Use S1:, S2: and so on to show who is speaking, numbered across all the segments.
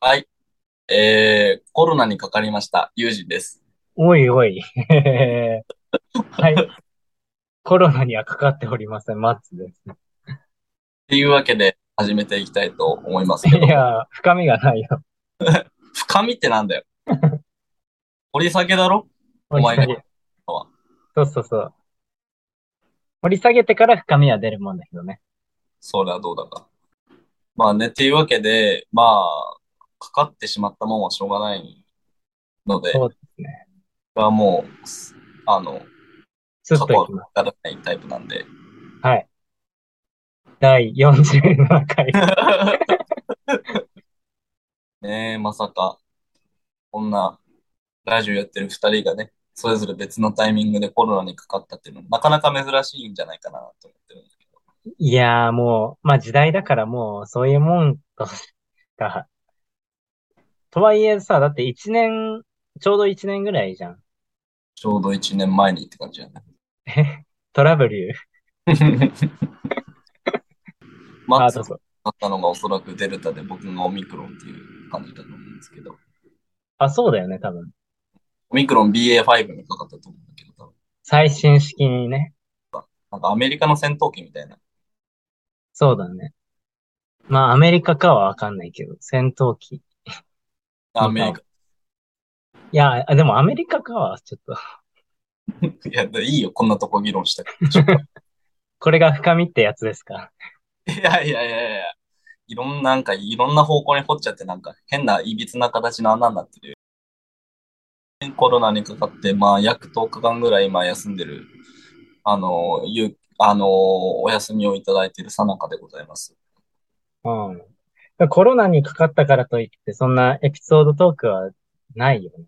S1: はい。えー、コロナにかかりました。友人です。
S2: おいおい。はい。コロナにはかかっておりません。マッツです。
S1: っていうわけで始めていきたいと思いますけ ど
S2: い、や、深みがないよ。
S1: 深みってなんだよ。 掘り下げだろお前が
S2: 掘り下げ。そうそうそう。掘り下げてから深みは出るもんだけどね。
S1: それはどうだか。まあね、っていうわけで、まあ、かかってしまったもんはしょうがないので、
S2: そう
S1: これはもう、すあの、
S2: スッといきます。
S1: かからないタイプなんで。
S2: はい。第47回。
S1: ねえ、まさか、こんな、ラジオやってる二人がね、それぞれ別のタイミングでコロナにかかったっていうのは、なかなか珍しいんじゃないかなと思ってるんだけど。
S2: いやーもう、まあ時代だからもう、そういうもんとか。とはいえさ、だって1年、ちょうど1年ぐらいじゃん。
S1: ちょうど一年前にって感じ だね。
S2: トラブル。
S1: マッ
S2: あ、
S1: ツ
S2: どう
S1: が
S2: ぞ。
S1: なったのがおそらくデルタで僕がオミクロンっていう感じだと思うんですけど、
S2: あ、そうだよね、多分。
S1: オミクロン BA.5 にかかったと思うんだけど、多分
S2: 最新式にね。
S1: なんかアメリカの戦闘機みたいな。
S2: そうだね。まあ、アメリカかはわかんないけど、戦闘機。い
S1: アメリカ。
S2: や、あでもアメリカかは、ちょっと、
S1: いや、いいよ、こんなとこ議論したくて
S2: これが深みってやつですか。
S1: いやいやいやいや。いろんな、なんか、いろんな方向に掘っちゃって、なんか、変な、いびつな形の穴になってるよ。コロナにかかって、まあ、約10日間ぐらい今休んでる、あの、ゆう、あの、お休みをいただいている最中でございます。
S2: うん。コロナにかかったからといって、そんなエピソードトークはないよね。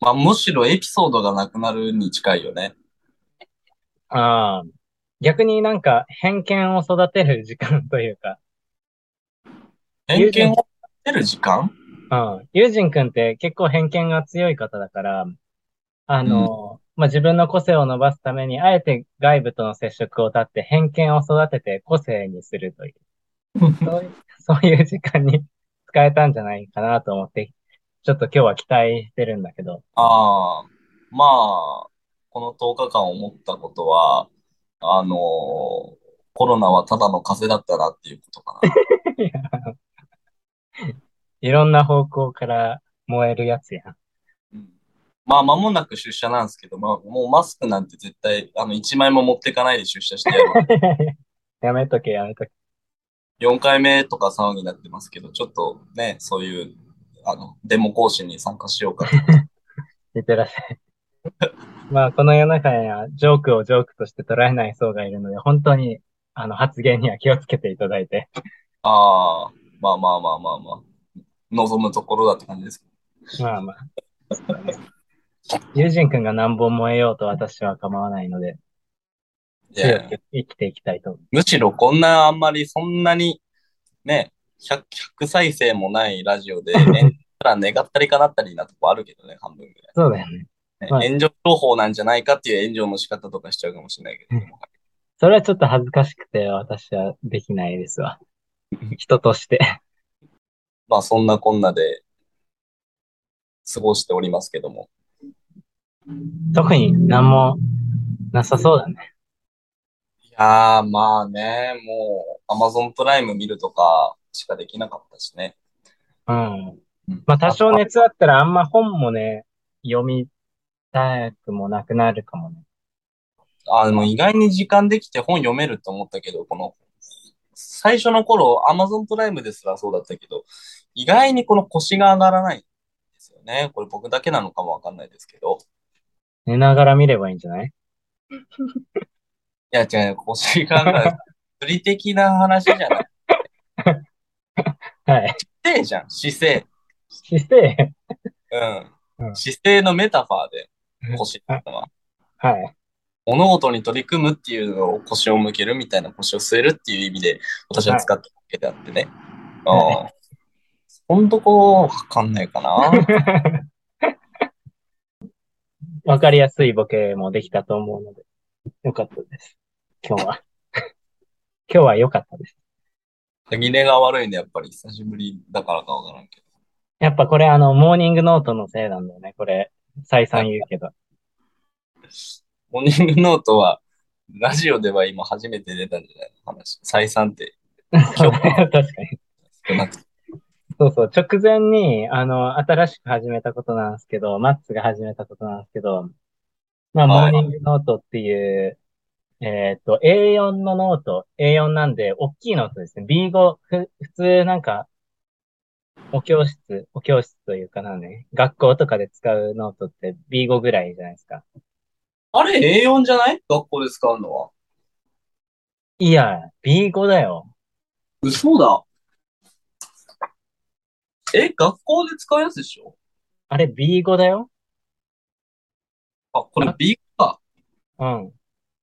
S1: まあ、むしろエピソードがなくなるに近いよね。
S2: ああ。逆になんか、偏見を育てる時間というか、
S1: 偏見を出る時間
S2: うん。ユージンくんって結構偏見が強い方だから、あの、まあ、自分の個性を伸ばすために、あえて外部との接触を絶って偏見を育てて個性にするという。そう いうそういう時間に使えたんじゃないかなと思って、ちょっと今日は期待してるんだけど。
S1: ああ、まあ、この10日間思ったことは、あのーコロナはただの風邪だったなっていうことかな。
S2: いろんな方向から燃えるやつやん。
S1: うんまあ、間もなく出社なんですけど、まあ、もうマスクなんて絶対、あの、1枚も持ってかないで出社してや る
S2: やめとけ、やめとけ。
S1: 4回目とか騒ぎになってますけど、ちょっとね、そういう、あの、デモ行進に参加しよう かな。
S2: リテラシー。 まあ、この世の中にはジョークをジョークとして捉えない層がいるので、本当に、あの、発言には気をつけていただいて。
S1: ああ、まあまあまあまあまあ、望むところだって感じです。
S2: まあまあ。友人くんが何本燃えようと私は構わないので、
S1: いや
S2: 強く生きていきたいと思う。
S1: むしろこんなあんまりそんなにね、100, 100再生もないラジオで、ね、 たら願ったりかなったりなとこあるけどね、半分ぐら
S2: そうだよね。
S1: い、ね
S2: はい
S1: 炎上情報なんじゃないかっていう炎上の仕方とかしちゃうかもしれないけど、でも
S2: それはちょっと恥ずかしくて、私はできないですわ。人として。
S1: まあそんなこんなで過ごしておりますけども。
S2: 特に何もなさそうだね。
S1: いやー、まあね、もう Amazon プライム見るとかしかできなかったしね。
S2: うん。
S1: うん
S2: まあ多少。熱あったらあんま本もね、読みたくもなくなるかもね。
S1: あの、意外に時間できて本読めると思ったけど、この、最初の頃、Amazon プライムですらそうだったけど、意外にこの腰が上がらないんですよね。これ僕だけなのかもわかんないですけど。
S2: 寝ながら見ればいいんじゃない
S1: いや、違う、腰が上がら ない。釣り的な話じゃない。
S2: はい。
S1: 姿勢じゃん、姿勢。
S2: 姿勢。
S1: う。
S2: うんん
S1: 姿勢のメタファーで
S2: うん、
S1: 腰っていうのは。
S2: はい。
S1: 物事に取り組むっていうのを腰を向けるみたいな腰を据えるっていう意味で私は使ったわけであってね。
S2: は
S1: うん。ほんとこう、わかんないかな。
S2: わかりやすいボケもできたと思うので、よかったです。今日は。 今日は良かったです。
S1: 歯切れが悪いね、やっぱり久しぶりだからかわからんけど。
S2: やっぱこれあの、モーニングノートのせいなんだよね。これ、再三言うけど。
S1: モーニングノートは、ラジオでは今初めて出たんじゃないの話。再三って
S2: そうだ よ確かに。
S1: 少なくて。
S2: そうそう、直前に、あの、新しく始めたことなんですけど、マッツが始めたことなんですけど、まあ、モ
S1: は
S2: ー
S1: い
S2: ニングノートっていう、えっと、A4 のノート、A4 なんで、大きいノートですね。B5、ふ、普通なんか、お教室、お教室というかなんね、学校とかで使うノートって B5 ぐらいじゃないですか。
S1: あれ A4 じゃない学校で使うのは。
S2: いや、B5 だよ。
S1: 嘘だ。え、学校で使うやつでしょ
S2: あれ B5 だよ
S1: あ、これ B か。
S2: うん。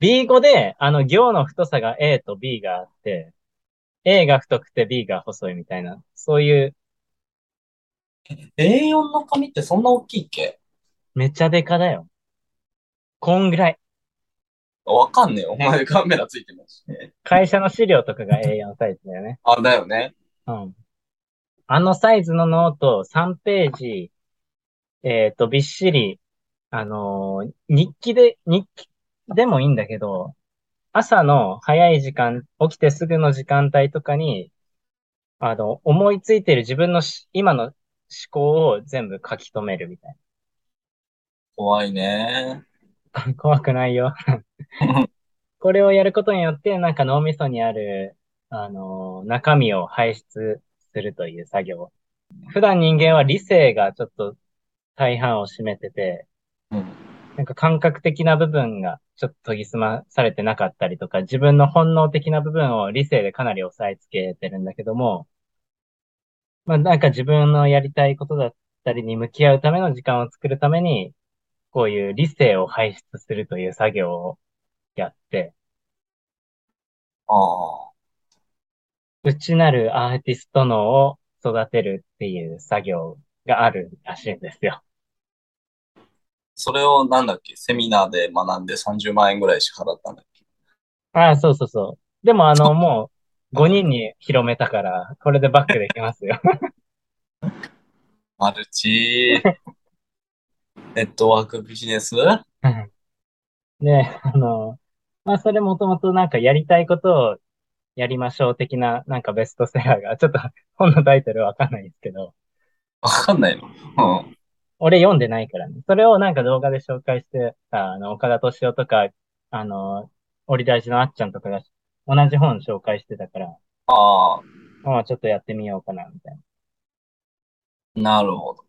S2: B5 で、あの、行の太さが A と B があって、A が太くて B が細いみたいな、そういう、
S1: A4 の紙ってそんな大きいっけ
S2: めちゃデカだよ。こんぐらい。
S1: わかんねえよ。お前カメラついてますしね。
S2: 会社の資料とかが A4 サイズだよね。
S1: あ、だよね。
S2: うん。あのサイズのノート3ページ、えっと、びっしり、あのー日記で、日記でもいいんだけど、朝の早い時間、起きてすぐの時間帯とかに、あの、思いついてる自分のし今の思考を全部書き留めるみたい
S1: 怖いね。
S2: な。 怖くないよ。これをやることによって、なんか脳みそにある、あのー中身を排出するという作業。普段人間は理性がちょっと大半を占めてて、
S1: うん。
S2: なんか感覚的な部分がちょっと研ぎ澄まされてなかったりとか、自分の本能的な部分を理性でかなり抑えつけてるんだけども、まあなんか自分のやりたいことだったりに向き合うための時間を作るために、こういう理性を排出するという作業をやって、
S1: ああ。
S2: 内なるアーティスト脳を育てるっていう作業があるらしいんですよ。
S1: それをなんだっけセミナーで学んで30万円ぐらい支払ったんだっけ
S2: ああ、そうそうそう。でもあの、もう5人に広めたから、これでバックできますよ。
S1: マルチ。 ネットワークビジネスあ
S2: で、 あの、まあ、それもともとなんかやりたいことをやりましょう的ななんかベストセラーが、ちょっと 本のタイトルわかんないですけど、
S1: わかんないの。うん。
S2: 俺読んでないからね。それをなんか動画で紹介してた、あの、岡田敏夫とか、あの、折り大事のあっちゃんとかが同じ本紹介してたから、
S1: ああ、
S2: まあちょっとやってみようかな、みたいな。
S1: なるほど。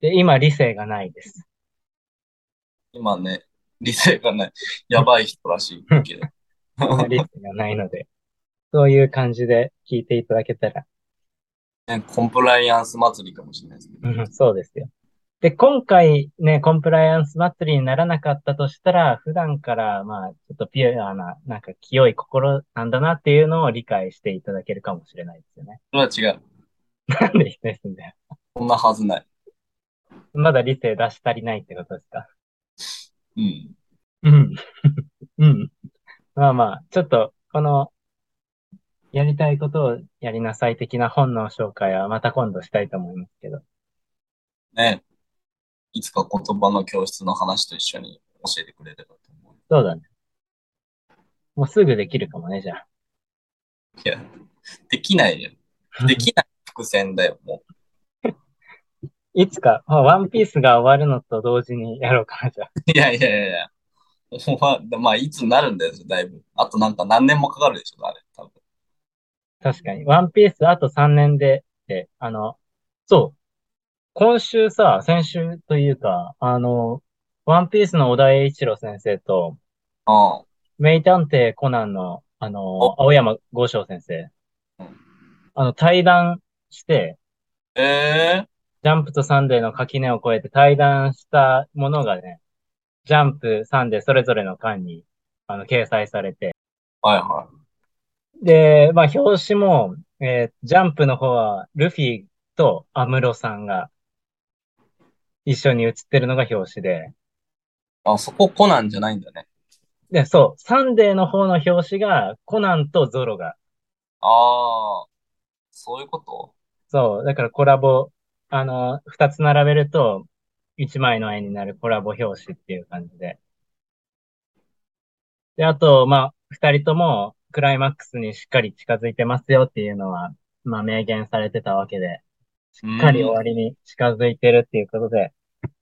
S2: で、今、理性がないです。
S1: 今ね、理性がない。やばい人らしいけど。
S2: 理性がないので、そういう感じで聞いていただけたら、
S1: ね、コンプライアンス祭りかもしれないですね。
S2: うん そうですよ。で、今回ね、コンプライアンス祭りにならなかったとしたら、普段から、まあ、ちょっとピュアな、なんか清い心なんだなっていうのを理解していただけるかもしれないですよね。
S1: それは違う。
S2: なんで否定すんだよ。
S1: そんなはずない。
S2: まだ理性出し足りないってことですか
S1: うん。
S2: うん。 うん。まあまあ、ちょっと、この、やりたいことをやりなさい的な本の紹介はまた今度したいと思いますけど。
S1: ね。いつか言葉の教室の話と一緒に教えてくれればと思う。
S2: そうだね。もうすぐできるかもね、じゃあ。
S1: いや、できないよ。できない伏線だよ、もう。
S2: いつか、まあワンピースが終わるのと同時にやろうかな、じゃあ。
S1: いやいやいやいや。まあ、まあ、いつになるんだよ、だいぶ。あとなんか何年もかかるでしょ、あれ。多分。
S2: 確かに。ワンピースあと3年で、って、あの、そう。今週さ、先週というか、あの、ワンピースの小田栄一郎先生と、
S1: あ
S2: 名探偵コナンの、あの、青山剛昌先生
S1: うん。
S2: あの、対談して、
S1: あ。ええ
S2: ジャンプとサンデーの垣根を越えて対談したものがね、ジャンプ、サンデーそれぞれの間に、あの、掲載されて。
S1: はいは
S2: で、まあ、表紙も、えージャンプの方は、ルフィとアムロさんが、一緒に写ってるのが表紙
S1: い。
S2: で。
S1: あ、そこコナンじゃないんだね。
S2: で、そう、サンデーの方の表紙が、コナンとゾロが、
S1: ああ、そういうこと
S2: そう、だからコラボ、ああの、二つ並べると、一枚の絵になるコラボ表紙っていう感じで。で、あと、まあ、二人ともクライマックスにしっかり近づいてますよっていうのは、まあ、明言されてたわけで、しっかり終わりに近づいてるっていうことで、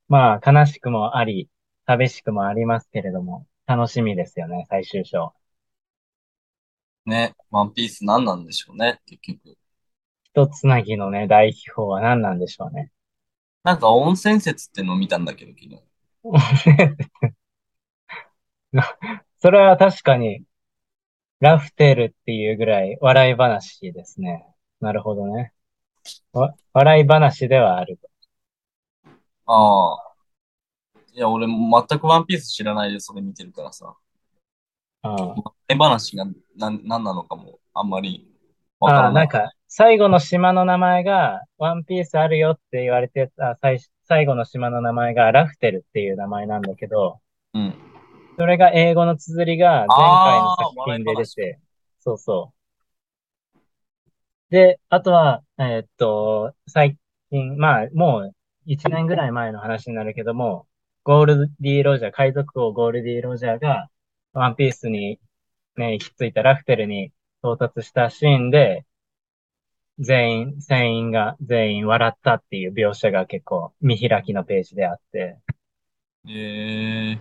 S2: まあ、悲しくもあり、寂しくもありますけれども、楽しみですよね、最終章。
S1: ね、ワンピース何なんでしょうね、結局。
S2: 一つなぎのね、大秘宝は何なんでしょうね。
S1: なんか温泉説ってのを見たんだけど、昨日。
S2: それは確かに、ラフテルっていうぐらい笑い話ですね。なるほどね。わ笑い話ではあると。
S1: ああ。いや、俺も全くワンピース知らないでそれ見てるからさ。
S2: あ
S1: 絵話が何なのかもあんまり
S2: あ
S1: わから
S2: ああ、な
S1: なんい。
S2: か、最後の島の名前が、ワンピースあるよって言われてた最、最後の島の名前がラフテルっていう名前なんだけど、
S1: うん。
S2: それが英語の綴りが前回の作品で出て、そうそう。で、あとは、えーっと、最近、まあ、もう1年ぐらい前の話になるけども、ゴールディ・ロジャー、海賊王ゴールディ・ロジャーが、ワンピースに、ね、行き着いたラフテルに到達したシーンで、全員、全員が、全員笑ったっていう描写が結構見開きのページであって、
S1: ええ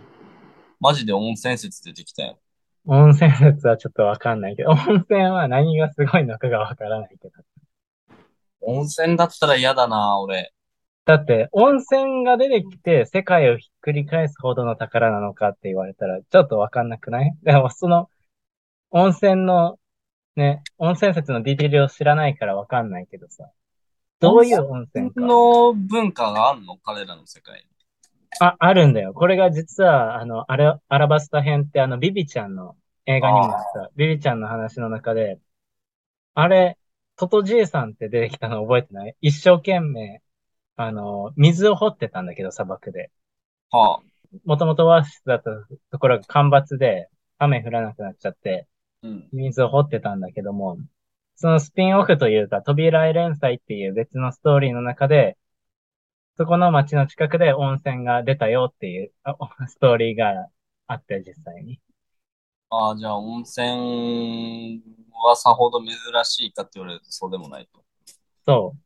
S1: マジで温泉説出てきたよ。
S2: 温泉説はちょっとわかんないけど、温泉は何がすごいのかがわからないけど。
S1: 温泉だったら嫌だな、俺。
S2: だって、温泉が出てきて世界をひっくり返すほどの宝なのかって言われたら、ちょっとわかんなくないでも、その、温泉の、ね、温泉説のディティールを知らないからわかんないけどさ。どういう温泉か。
S1: の文化があんの彼らの世界に。
S2: あ、あるんだよ。これが実は、あの、あれ、アラバスタ編ってあの、ビビちゃんの映画にもあった、ビビちゃんの話の中で、あれ、トトじいさんって出てきたの覚えてない一生懸命、あの、水を掘ってたんだけど、砂漠で。
S1: はあ。
S2: もともとオアシスだったところが干ばつで、雨降らなくなっちゃって、
S1: うん。
S2: 水を掘ってたんだけども、そのスピンオフというか、扉絵連載っていう別のストーリーの中で、そこの街の近くで温泉が出たよっていうあおストーリーがあって、実際に。
S1: ああ、じゃあ温泉はさほど珍しいかって言われるとそうでもないと。
S2: そう。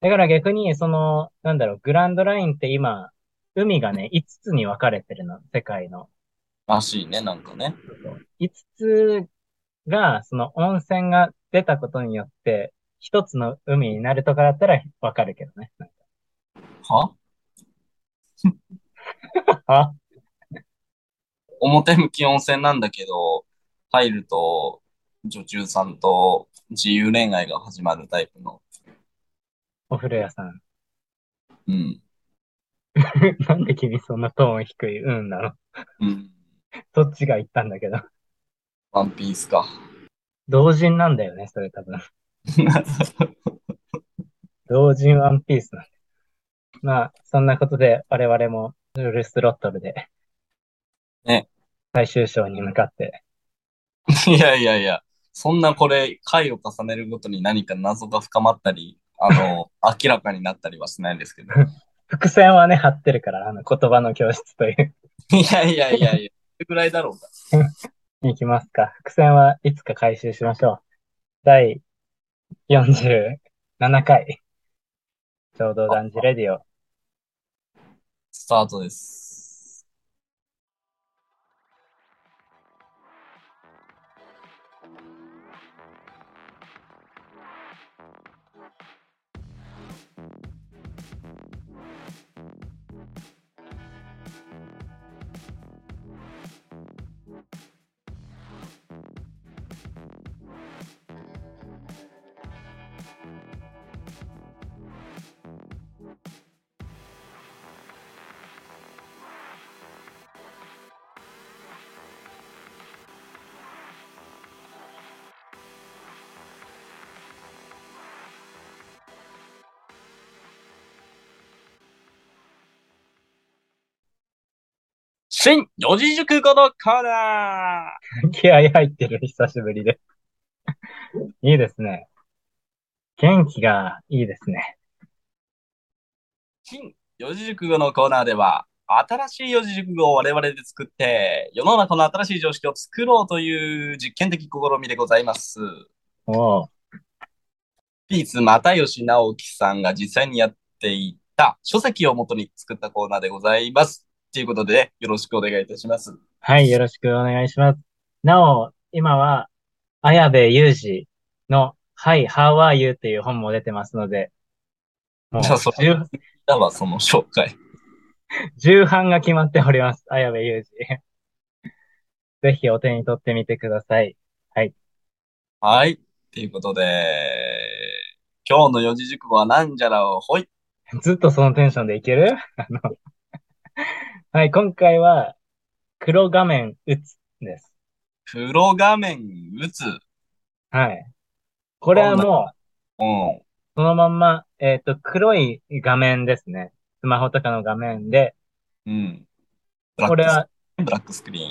S2: だから逆に、その、なんだろう、グランドラインって今、海がね、5つに分かれてるの、世界の。
S1: らしいね、なんかね。
S2: 5つが、その温泉が出たことによって、1つの海になるとかだったら分かるけどね。
S1: は
S2: あ、
S1: 表向き温泉なんだけど、入ると女中さんと自由恋愛が始まるタイプの。
S2: お風呂屋さん。
S1: うん。
S2: なんで君そんなトーン低い、うんなの。
S1: うん。
S2: どっちが言ったんだけど。
S1: ワンピースか。
S2: 同人なんだよね、それ多分。同人ワンピースなんだまあ、そんなことで我々もフルスロットルで、
S1: ね。
S2: 最終章に向かって、
S1: いやいやいや、そんなこれ、回を重ねるごとに何か謎が深まったり、あの、 明らかになったりはしないんですけど。
S2: 伏線はね、張ってるから、あの、言葉の教室という。
S1: いやいやいやいや、それぐらいだろうか。
S2: いきますか。伏線はいつか回収しましょう。第47回、ちょうど男児レディオ。
S1: スタートです。新四字熟語のコーナー
S2: 気合入ってる、久しぶりで。いいですね。元気がいいですね。
S1: 新四字熟語のコーナーでは、新しい四字熟語を我々で作って、世の中の新しい常識を作ろうという実験的試みでございます。
S2: おう
S1: ピース又吉直樹さんが実際にやっていた書籍をもとに作ったコーナーでございます。ということで、よろしくお願いいたします。
S2: はい、よろしくお願いします。なお、今は、綾部祐二の、はい、How are you? っていう本も出てますので、もう
S1: じゃあそ
S2: 重、
S1: だわ、その紹介。
S2: 重版が決まっております。綾部祐二。ぜひお手に取ってみてください。
S1: はい。ということで、今日の四字熟語はなんじゃらをほい。
S2: ずっとそのテンションでいけるあのはい、今回は、黒画面打つです。
S1: 黒画面打つ。
S2: はい。これはもう、
S1: うん。
S2: そのまんま、えっと、黒い画面ですね。スマホとかの画面で、
S1: うん。ブラック
S2: これは
S1: ブラックスクリー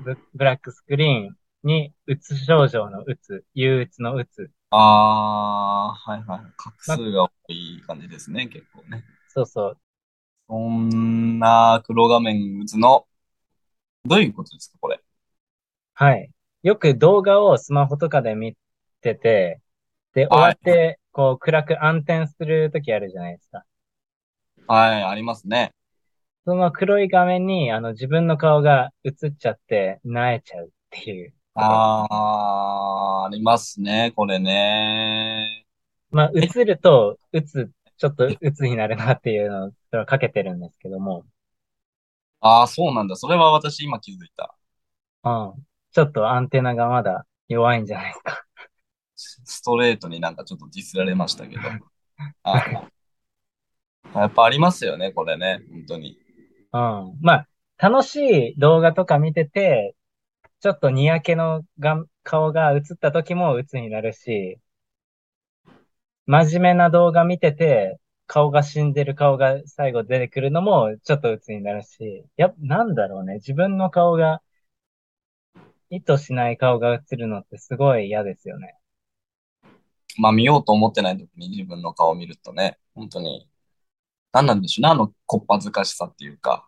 S1: ン。
S2: ブブラックスクリーンに、うつ症状のうつ、憂鬱のうつ。
S1: あー、はいはい。画数が多い感じですね、結構ね。
S2: そうそう。
S1: そんな黒画面打つの、どういうことですか、これ。
S2: はい。よく動画をスマホとかで見てて、で、終わって、こう、暗く暗転するときあるじゃないですか。
S1: はい、ありますね。
S2: その黒い画面に、あの、自分の顔が映っちゃって、萎えちゃうっていう。
S1: あー、ありますね、これね。
S2: まあ、映ると、うつ、ちょっとうつになるなっていうのを、それはかけてるんですけども、
S1: あー、そうなんだ。それは私今気づいた。
S2: うん。ちょっとアンテナがまだ弱いんじゃないですか。
S1: ストレートになんかちょっとディスられましたけど。あーやっぱありますよね、これね。本当に。
S2: うん。まあ、楽しい動画とか見てて、ちょっとにやけのが顔が映った時もうつになるし、真面目な動画見てて、顔が死んでる顔が最後出てくるのもちょっとうつになるし、やっ、なんだろうね。自分の顔が、意図しない顔が映るのってすごい嫌ですよね。
S1: まあ見ようと思ってない時に自分の顔を見るとね、本当に、何なんでしょうね、あの、こっぱずかしさっていうか。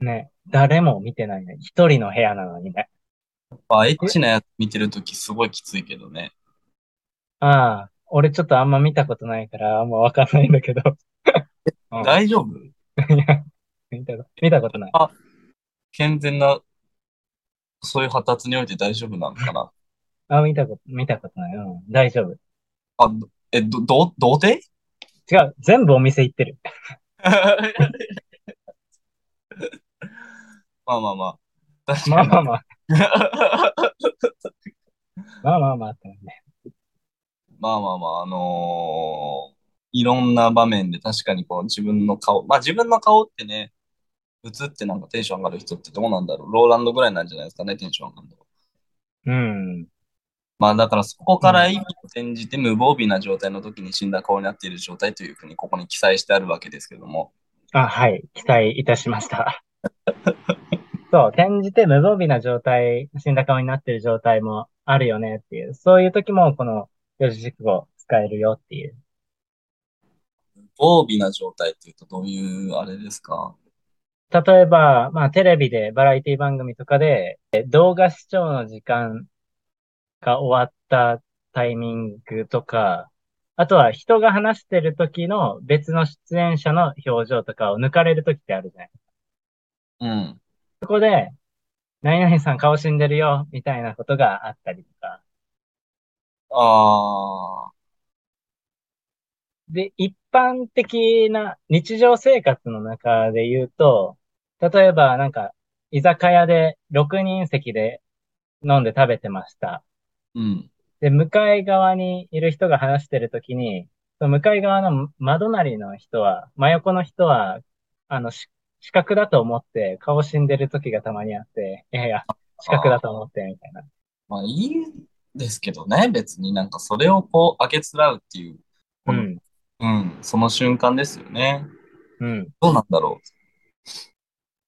S2: ね。誰も見てないね。一人の部屋なのにね。
S1: まあ、エッチなやつ見てるときすごいきついけどね。
S2: ああ、俺ちょっとあんま見たことないから、あんまわかんないんだけど。 うん
S1: 大丈夫
S2: いや、見たこと、見たことない。
S1: 健全な、そういう発達において大丈夫なのか な
S2: あ、見たこと、見たことない。うん、大丈夫。
S1: あ、どえ、ど、ど、童 貞
S2: 違う、全部お店行ってる。
S1: まあまあまあ。確
S2: ま
S1: か
S2: あ
S1: に。
S2: まあまあ、 まあまあまあってね。
S1: まあまあまあ、あのーいろんな場面で確かにこう自分の顔、まあ自分の顔ってね、映ってなんかテンション上がる人ってどうなんだろう。ローランドぐらいなんじゃないですかね、テンション上がるの。
S2: うん。
S1: まあだからそこから意味を転じて無防備な状態の時に死んだ顔になっている状態というふうにここに記載してあるわけですけども。
S2: あ、はい、期待いたしました。 そう、転じて無防備な状態、死んだ顔になってる状態もあるよねっていう、そういう時もこの四字熟語使えるよっていう。
S1: 防備な状態っていうとどういうあれですか
S2: 例えば、まあテレビでバラエティ番組とかでえ動画視聴の時間が終わったタイミングとか、あとは人が話してる時の別の出演者の表情とかを抜かれる時ってあるじゃない。
S1: うん。
S2: そこで、何々さん顔死んでるよ、みたいなことがあったりとか。
S1: ああ、
S2: で、一般的な日常生活の中で言うと、例えばなんか、居酒屋で6人席で飲んで食べてました。
S1: うん。
S2: で、向かい側にいる人が話してるときに、その向かい側の窓なりの人は、真横の人は、あの、し死角だと思って顔死んでる時がたまにあって、いやいや、死角だと思って、みたいな。
S1: まあいいですけどね、別になんかそれをこう、あげつらうっていう、う
S2: う、
S1: んうん、その瞬間ですよね。
S2: うん。
S1: どうなんだろ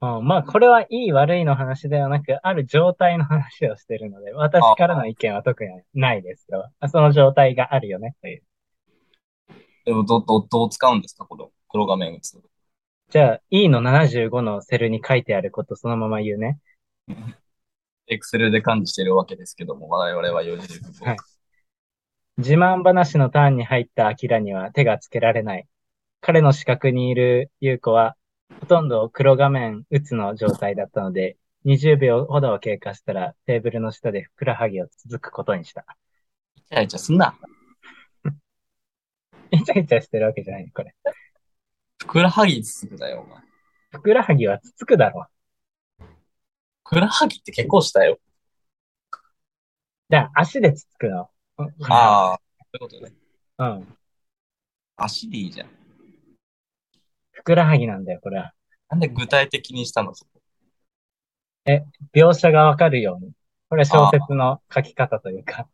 S2: うん、まあ、これはいい悪いの話ではなく、ある状態の話をしてるので、私からの意見は特にないですよ。その状態があるよね、という。
S1: う。でもど、ど、どう使うんですか、この黒画面打つ。
S2: じゃあ、E の75のセルに書いてあることそのまま言うね。
S1: エクセルで管理してるわけですけども、我々は四字熟語。
S2: はい自慢話のターンに入ったアキラには手がつけられない。彼の視覚にいる優子は、ほとんど黒画面打つの状態だったので、20秒ほどを経過したらテーブルの下でふくらはぎをつつくことにした。
S1: イチャイチャすんな。
S2: イチャイチャしてるわけじゃないこれ。
S1: ふくらはぎつつくだよ、お前。
S2: ふくらはぎはつつくだろ。
S1: ふくらはぎって結構したよ。
S2: じゃあ、足でつつくの。
S1: ああ、そういうことね。
S2: あ。うん。
S1: 足でいいじゃん。
S2: ふくらはぎなんだよ、これは。
S1: なんで具体的にしたのそこ。
S2: 描写がわかるように。これ小説の書き方というか。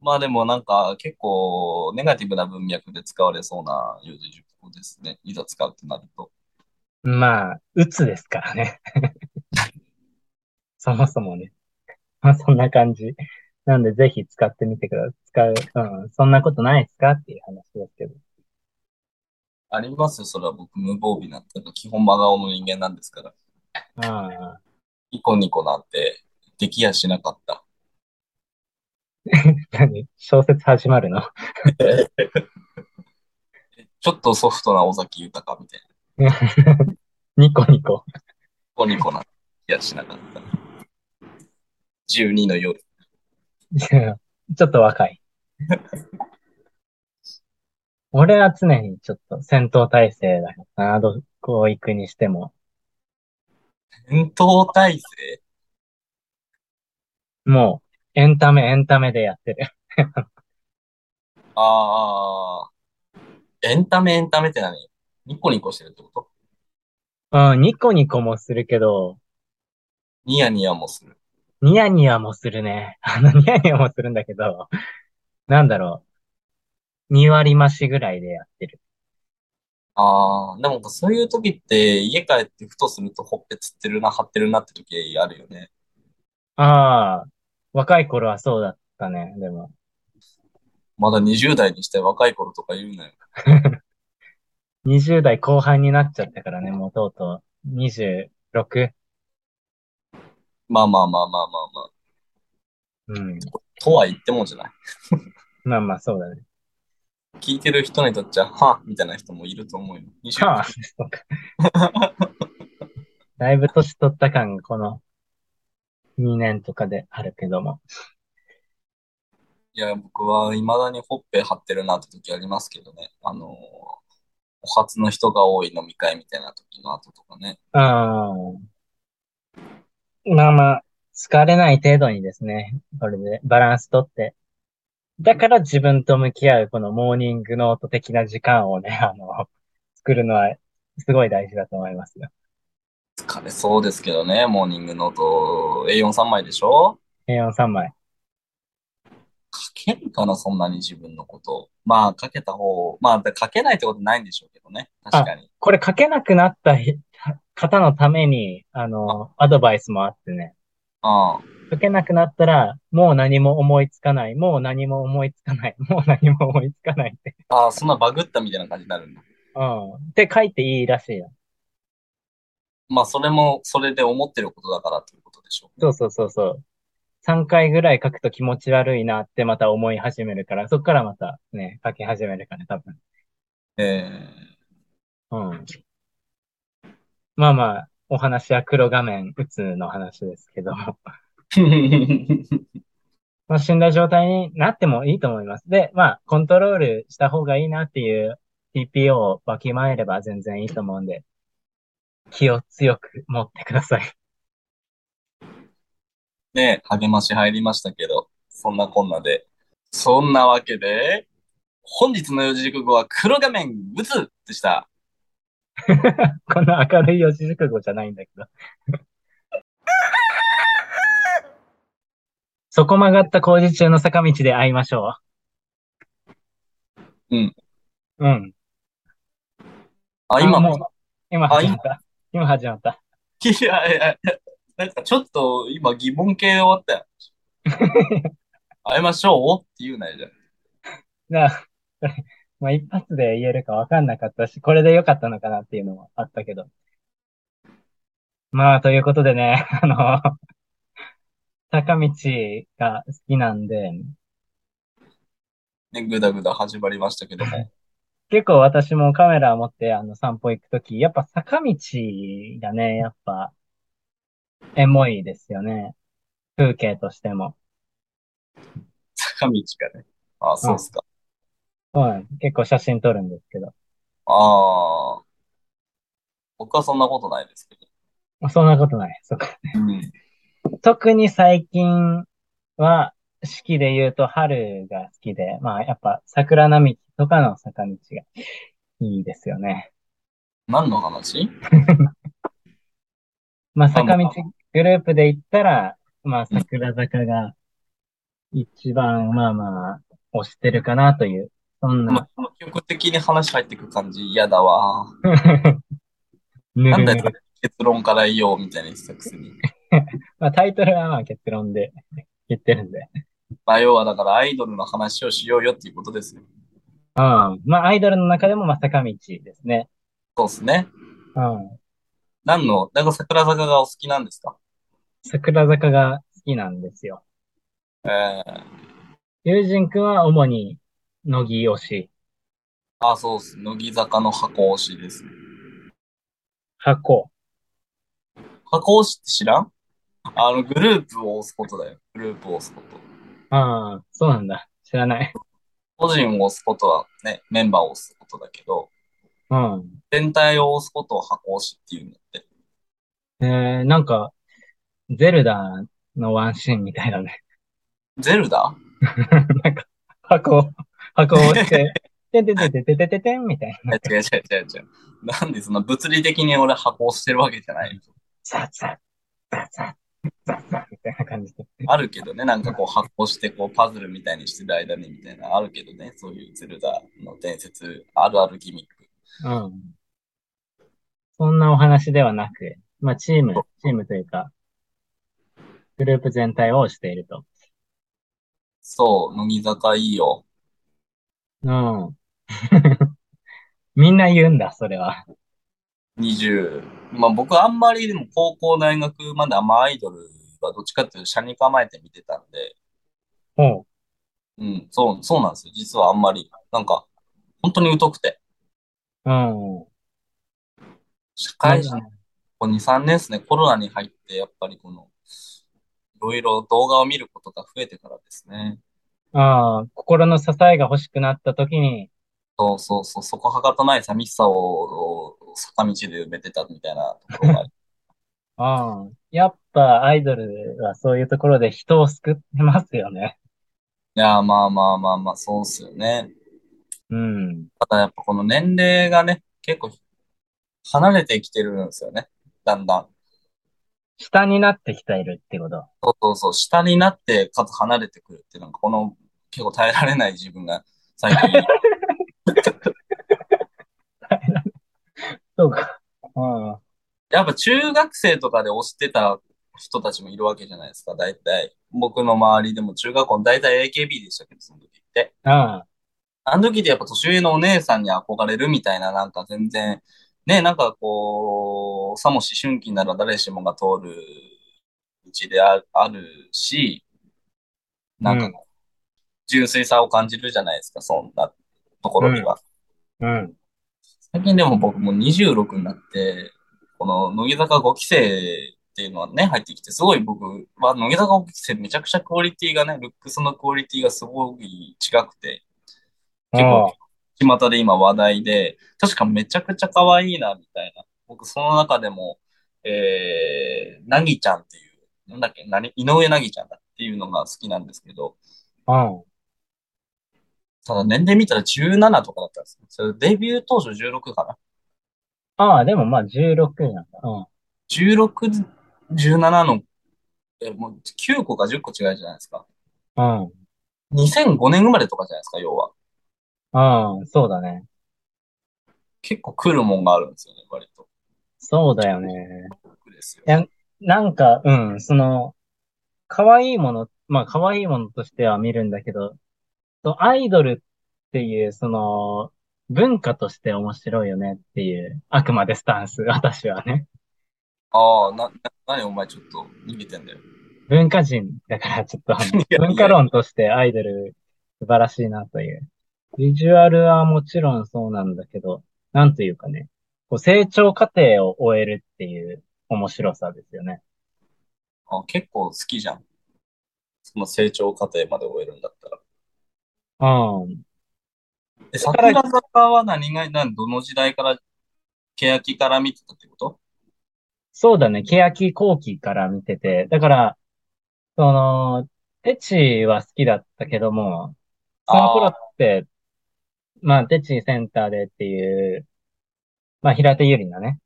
S1: まあでもなんか結構ネガティブな文脈で使われそうな四字熟語ですね。いざ使うってなると。
S2: まあ、鬱ですからね。 そもそもね。まあ、そんな感じ。なんで、ぜひ使ってみてください。使う、うん、そんなことないですかっていう話ですけど。
S1: ありますよ、それは僕無防備なんて。基本真顔の人間なんですから。
S2: ああ、
S1: ニコニコなんてできやしなかった。
S2: 何小説始まるの
S1: ちょっとソフトな尾崎豊みたいな。ニ
S2: ニコニコ。
S1: コニコなんてできやしなかった。12の夜。
S2: ちょっと若い。俺は常にちょっと戦闘態勢だからな、どこ行くにしても。
S1: 戦闘体制
S2: もう、エンタメ、エンタメでやってる。
S1: ああ、エンタメエンタメって何ニコニコしてるってこと
S2: うん、ニコニコもするけど、
S1: ニヤニヤもする。
S2: ニヤニヤもするね。 あの、ニヤニヤもするんだけど、なんだろう。2割増しぐらいでやってる。
S1: ああ、でもなんかそういう時って家帰ってふとするとほっぺつってるな、張ってるなって時あるよね。
S2: ああ、若い頃はそうだったね、でも。
S1: まだ20代にして若い頃とか言うなよ。
S2: 20代後半になっちゃったからね、もうとうとう。26?
S1: まあまあまあまあまあまあ。
S2: うん。
S1: とは言ってもじゃない。
S2: まあまあ、そうだね。
S1: 聞いてる人にとっちゃ、はぁみたいな人もいると思うよ。20
S2: はあ、 そうか。だいぶ年取った感がこの2年とかであるけども。
S1: いや、僕は未だにほっぺ張ってるなって時ありますけどね。あのーお初の人が多い飲み会みたいな時の後とかね。
S2: ああ。まあまあ、疲れない程度にですね、これでバランスとって。だから自分と向き合うこのモーニングノート的な時間をね、 あの、作るのはすごい大事だと思いますよ。
S1: 疲れそうですけどね、モーニングノート A43 枚でしょ
S2: A43 枚。
S1: 書けるかな、そんなに自分のことを。まあ、書けた方、まあ、書けないってことないんでしょうけどね。確かに。
S2: これ書けなくなったひ方のために、あの、アドバイスもあってね。
S1: ああ
S2: 書けなくなったら、もう何も思いつかない、もう何も思いつかない、もう何も思いつかないって。
S1: ああ、そんなバグったみたいな感じになるんだ。
S2: うん。って書いていいらしいよ。
S1: まあ、それも、それで思ってることだからということでしょうね。
S2: そうそうそうそう。3回ぐらい書くと気持ち悪いなってまた思い始めるから、そっからまたね、書き始めるから、多分。
S1: ええ
S2: うん。まあまあ、お話は黒画面、うつの話ですけど も。 まあ、死んだ状態になってもいいと思います。で、まあ、コントロールした方がいいなっていう TPO をわきまえれば全然いいと思うんで、気を強く持ってください。
S1: ね励まし入りましたけど、そんなこんなで。そんなわけで、本日の四字熟語は黒画面打つでした。
S2: こんな明るい四字熟語じゃないんだけど。 そこ曲がった工事中の坂道で会いましょ
S1: う
S2: う。
S1: ん。
S2: うん。
S1: あ、今
S2: もう
S1: も。
S2: 今
S1: あ
S2: 始まった。今始まった。
S1: いやいやいや、なんかちょっと今疑問系終わったよ。会いましょうって言うなよ、じゃあ
S2: じゃあ、 まあ一発で言えるか分かんなかったし、これで良かったのかなっていうのもあったけど。まあ、ということでね、あの、坂道が好きなんで、
S1: ね、ぐだぐだ始まりましたけども。
S2: 結構私もカメラ持ってあの散歩行くとき、やっぱ坂道がね、やっぱ、エモいですよね。風景としても。
S1: 坂道がね。あ、そうっすか。
S2: そうなんです結構写真撮るんですけど。
S1: ああ。僕はそんなことないですけど。
S2: そんなことない。そっか。
S1: うん。
S2: 特に最近は、四季で言うと春が好きで、まあやっぱ桜並木とかの坂道がいいですよね。
S1: 何の話
S2: まあ、坂道グループで行ったら、まあ、桜坂が一番、まあまあ、推してるかなという、そん
S1: ま
S2: な、
S1: あ、積極的に話入ってく感じ嫌だわ。
S2: ぬ
S1: なん
S2: る
S1: だ
S2: ぬ
S1: よ
S2: る。、
S1: 結論から言おうみたいにしたくせに。
S2: まあ、タイトルはまあ結論で 言ってるんで。
S1: まあ、要はだからアイドルの話をしようよっていうことですよ。
S2: うん。まあ、アイドルの中でも、まあ、坂道ですね。
S1: そうですね。
S2: うん。
S1: 何の、なんか桜坂がお好きなんですか
S2: 桜坂が好きなんですよ。
S1: えー、
S2: 友人くんは主に、乃木推し、
S1: あ、そうっす。乃木坂の箱推しですね。
S2: 箱。
S1: 箱推しって知らんあの、グループを押すことだよ。グループを押すこと。
S2: ああ、そうなんだ。知らない。
S1: 個人を押すことはね、メンバーを押すことだけど、
S2: うん。
S1: 全体を押すことを箱推しっていうんだって。
S2: えー、なんか、ゼルダのワンシーンみたいだね。
S1: ゼルダ
S2: なんか、箱を、箱を押 して、てんてんてんてんてんてんてんてんみたいな。
S1: え違う違う違う違う。なんでそんな物理的に俺箱押してるわけじゃない。
S2: さッさッさッさッさッさッみたいな感じで。
S1: あるけどね、なんかこう発行してこうパズルみたいにしてる間にみたいな、あるけどね、そういうゼルダの伝説、あるあるギミック。
S2: うん。そんなお話ではなく、まあ、チーム、チームというか、グループ全体をしていると。
S1: そう、乃木坂いいよ。
S2: うん。 みんな言うんだ、それは。
S1: 20。まあ僕あんまりでも高校、大学まであんまアイドルはどっちかっていうと車に構えて見てたんで、
S2: ほ
S1: うん、そう、そうなんですよ。実はあんまり、なんか、本当に疎くて。
S2: う。うん。
S1: 社会人、ここ2、3年ですね、コロナに入って、やっぱりこの、いろいろ動画を見ることが増えてからですね。
S2: ああ、心の支えが欲しくなった時に、
S1: そうそうそう、そこはかとない寂しさをを坂道で埋めてたみたいなところがある。
S2: ああ、やっぱアイドルはそういうところで人を救ってますよね。
S1: いやー、まあまあまあまあ、そうっすよね。
S2: うん。
S1: ただやっぱこの年齢がね、結構離れてきてるんですよね。だんだん。
S2: 下になってきているってこと。
S1: そうそうそう、下になって、かつ離れてくるっていうのが、この結構耐えられない自分が最近、
S2: そうか。うん。
S1: やっぱ中学生とかで推してた人たちもいるわけじゃないですか、大体。僕の周りでも中学校、大体 AKB でしたけど、その時って。
S2: ああ、
S1: あの時ってやっぱ年上のお姉さんに憧れるみたいな、なんか全然、ね、なんかこう、さも思春期なら誰しもが通る道でああるし、なんかこう、純粋さを感じるじゃないですか、そんなところには。
S2: うん。
S1: 最近でも僕もう26になって、この乃木坂5期生っていうのはね、入ってきて、すごい僕は乃木坂5期生めちゃくちゃクオリティがね、ルックスのクオリティがすごい違くて、結構、巷で今話題で、確かめちゃくちゃ可愛いな、みたいな。僕、その中でも、えー、なぎちゃんっていう、なんだっけ、なに、井上なぎちゃんだっていうのが好きなんですけど、
S2: うん。うん。
S1: ただ年齢見たら17とかだったんですよ。それデビュー当初16かな。
S2: ああ、でもまあ16なんだ。うん。
S1: 16、17の、え、もう9個か10個違うじゃないですか。
S2: うん。
S1: 2005年生まれとかじゃないですか、要は。
S2: うん。そうだね。
S1: 結構来るもんがあるんですよね、割と。
S2: そうだよね。
S1: 僕ですよ。
S2: いやなんか、うん、その、可愛いもの、まあ可愛いものとしては見るんだけど、そうアイドルっていう、その、文化として面白いよねっていう、あくまでスタンス、私はね。
S1: ああ、な、な、何お前ちょっと逃げてんだよ。
S2: 文化人だからちょっとあの
S1: いや
S2: 文化論としてアイドル素晴らしいなという。ビジュアルはもちろんそうなんだけど、なんというかね、こう成長過程を終えるっていう面白さですよね。
S1: あ、結構好きじゃん。その成長過程まで終えるんだったら。
S2: うん。
S1: え、桜坂は何が、何、どの時代から、欅から見てたってこと
S2: そうだね、欅後期から見てて、だから、その、テチは好きだったけども、その頃って、まあ、テチセンターでっていう、まあ、平手友梨奈ね。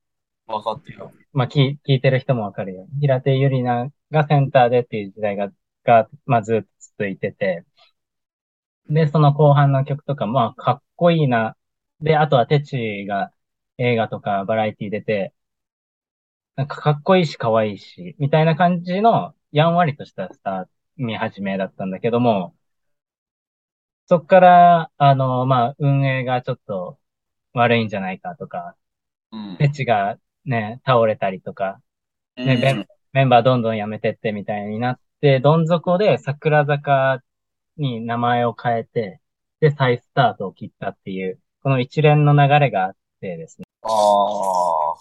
S1: わかってるよ。
S2: まあ、聞い、聞いてる人もわかるよ。平手友梨奈がセンターでっていう時代が、が、まあ、ずっと続いてて。で、その後半の曲とか、まあ、かっこいいな。で、あとは、テチが映画とかバラエティ出て、なんかかっこいいし、可愛いし、みたいな感じの、やんわりとしたスター、見始めだったんだけども、そっから、あの、まあ、運営がちょっと悪いんじゃないかとか、
S1: うん。
S2: テチがね、倒れたりとか、ね
S1: うん
S2: ベンメンバーどんどん辞めてってみたいになって、どん底で桜坂に名前を変えて、で、再スタートを切ったっていう、この一連の流れがあってですね。
S1: ああ、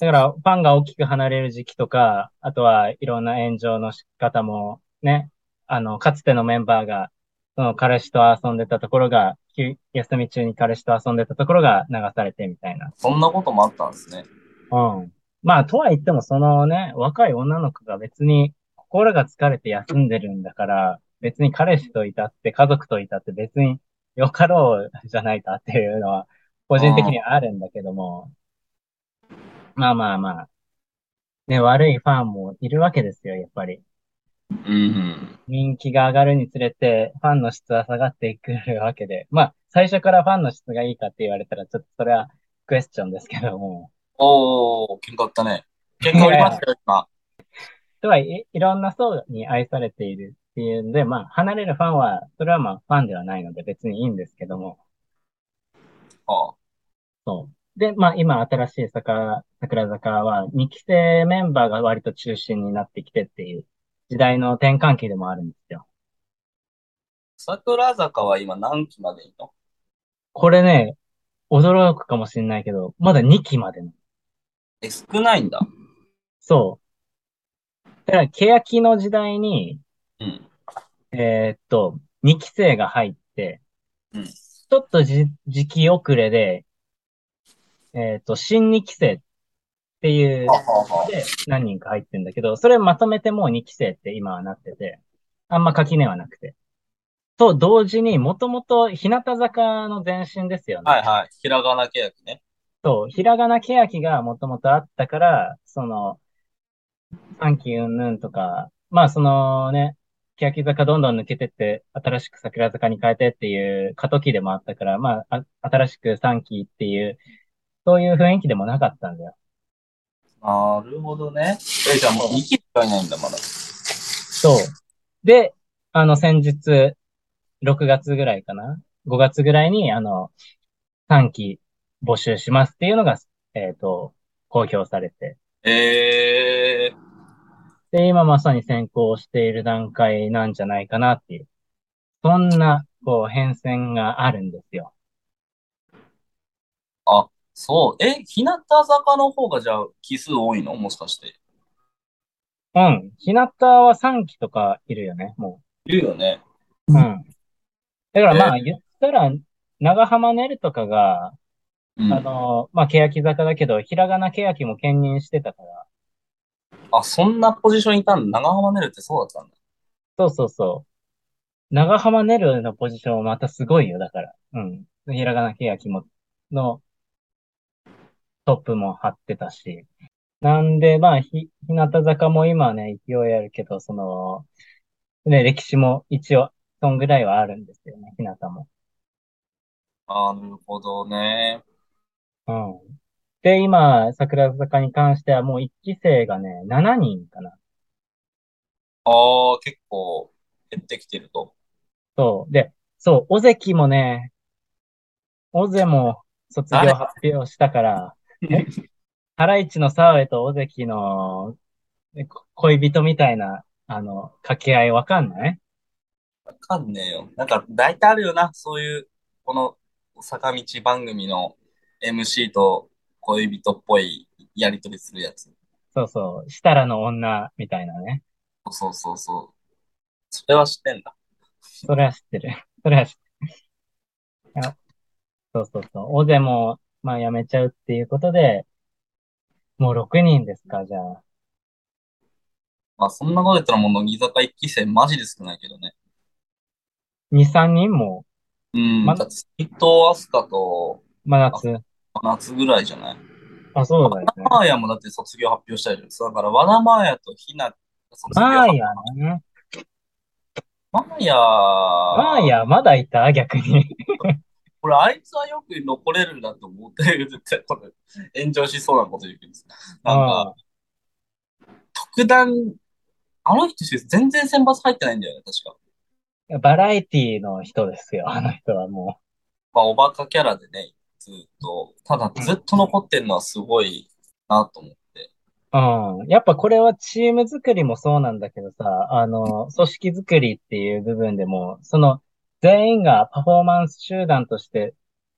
S2: だから、ファンが大きく離れる時期とか、あとはいろんな炎上の仕方もね、あの、かつてのメンバーが、その彼氏と遊んでたところが、休休み中に彼氏と遊んでたところが流されてみたいな。
S1: そんなこともあったんですね。
S2: うん。まあ、とは言っても、そのね、若い女の子が別に心が疲れて休んでるんだから、別に彼氏といたって、家族といたって別によかろうじゃないかっていうのは、個人的にはあるんだけども、まあまあまあ、ね、悪いファンもいるわけですよ、やっぱり。
S1: うん。
S2: 人気が上がるにつれて、ファンの質は下がってくるわけで、まあ、最初からファンの質がいいかって言われたら、ちょっとそれはクエスチョンですけども、
S1: おー、喧嘩あったね。喧嘩ありましたよ、今。
S2: とはいえ、いろんな層に愛されているっていうんで、まあ、離れるファンは、それはまあ、ファンではないので別にいいんですけども、
S1: ああ、
S2: そう。で、まあ、今、新しい坂、桜坂は、2期生メンバーが割と中心になってきてっていう、時代の転換期でもあるんですよ。
S1: 桜坂は今何期までいいの
S2: これね、驚くかもしれないけど、まだ2期までの。
S1: え、少ないんだ。
S2: そう。だから、欅の時代に、
S1: うん。
S2: えーっと、2期生が入って、
S1: うん
S2: ちょっとじ、時期遅れで、えーっと、新2期生っていう
S1: は、はは
S2: で、何人か入ってんだけど、それまとめてもう2期生って今はなってて、あんま垣根はなくて。と、同時に、もともと、日向坂の前身ですよね。
S1: はいはい。ひらがなけやきね。
S2: そう、ひらがなけやきがもともとあったから、その、三期うんぬんとか、まあそのね、けやき坂どんどん抜けてって、新しく桜坂に変えてっていう過渡期でもあったから、まあ、あ新しく三期っていう、そういう雰囲気でもなかったんだよ。
S1: なるほどね。え、じゃあもう2期しかいないんだ、まだ。
S2: そう。で、あの先日、6月ぐらいかな ?5 月ぐらいに、あの、三期募集しますっていうのが、えっと、公表されて。
S1: えー、
S2: で、今まさに先行している段階なんじゃないかなっていう。そんな、こう、変遷があるんですよ。
S1: そう。え、日向坂の方がじゃあ、奇数多いのもしかして。
S2: うん。日向は3期とかいるよね、も
S1: いるよね。
S2: う。うん。だからまあ、
S1: え
S2: 言ったら、長浜ねるとかが、
S1: うん
S2: あの、まあ、欅坂だけど、ひらがな欅も兼任してたから、
S1: あ、そんなポジションいたんだ。長浜ねるってそうだったんだ。
S2: そうそうそう。長浜ねるのポジションまたすごいよ、だから。うん。ひらがなけやきも、の、トップも張ってたし。なんで、まあ、ひ、日向坂も今ね、勢いあるけど、その、ね、歴史も一応、そんぐらいはあるんですよね、日向も。
S1: あなるほどね。
S2: うん。で、今、桜坂に関してはもう一期生がね、7人かな。
S1: ああ、結構減ってきてると。
S2: そう。で、そう、尾関もね、尾関も卒業発表した から、えハライチの澤部と尾関のえこ恋人みたいな、あの、掛け合いわかんない
S1: わかんねえよ。なんか、大体あるよな。そういう、この、坂道番組の MC と恋人っぽいやりとりするやつ。
S2: そうそう、設楽の女みたいなね。
S1: そうそうそう。それは知ってんだ。
S2: それは知ってる。 それは知ってる。いやそうそうそう。大勢も、まあ辞めちゃうっていうことで、もう6人ですか、じゃあ。
S1: まあ、そんなこと言ったらもう、乃木坂一期生マジで少ないけどね。
S2: 2、3人も、
S1: うん。
S2: ま
S1: だって、伊藤飛鳥と
S2: 真夏。
S1: 夏ぐらいじゃない
S2: あ、そうだよね。
S1: マーヤもだって卒業発表したじゃん。そうだから、和田マーヤとひなが卒業
S2: マ
S1: 発
S2: ー
S1: 表。
S2: ヤね。
S1: マーヤ
S2: マーヤ、まだいた逆に。
S1: これ、あいつはよく残れるんだと思って、 絶対これ、炎上しそうなこと言うけどさ。なんか、
S2: あ
S1: 特段、あの人全然選抜入ってないんだよね、確か。
S2: あバラエティの人ですよ、あの人はも
S1: まあ、おバカキャラでね、ずっと。ただ、ずっと残ってんのはすごいなと思って。
S2: う。うん。やっぱこれはチーム作りもそうなんだけどさ、あの、組織作りっていう部分でも、その、全員がパフォーマンス集団として、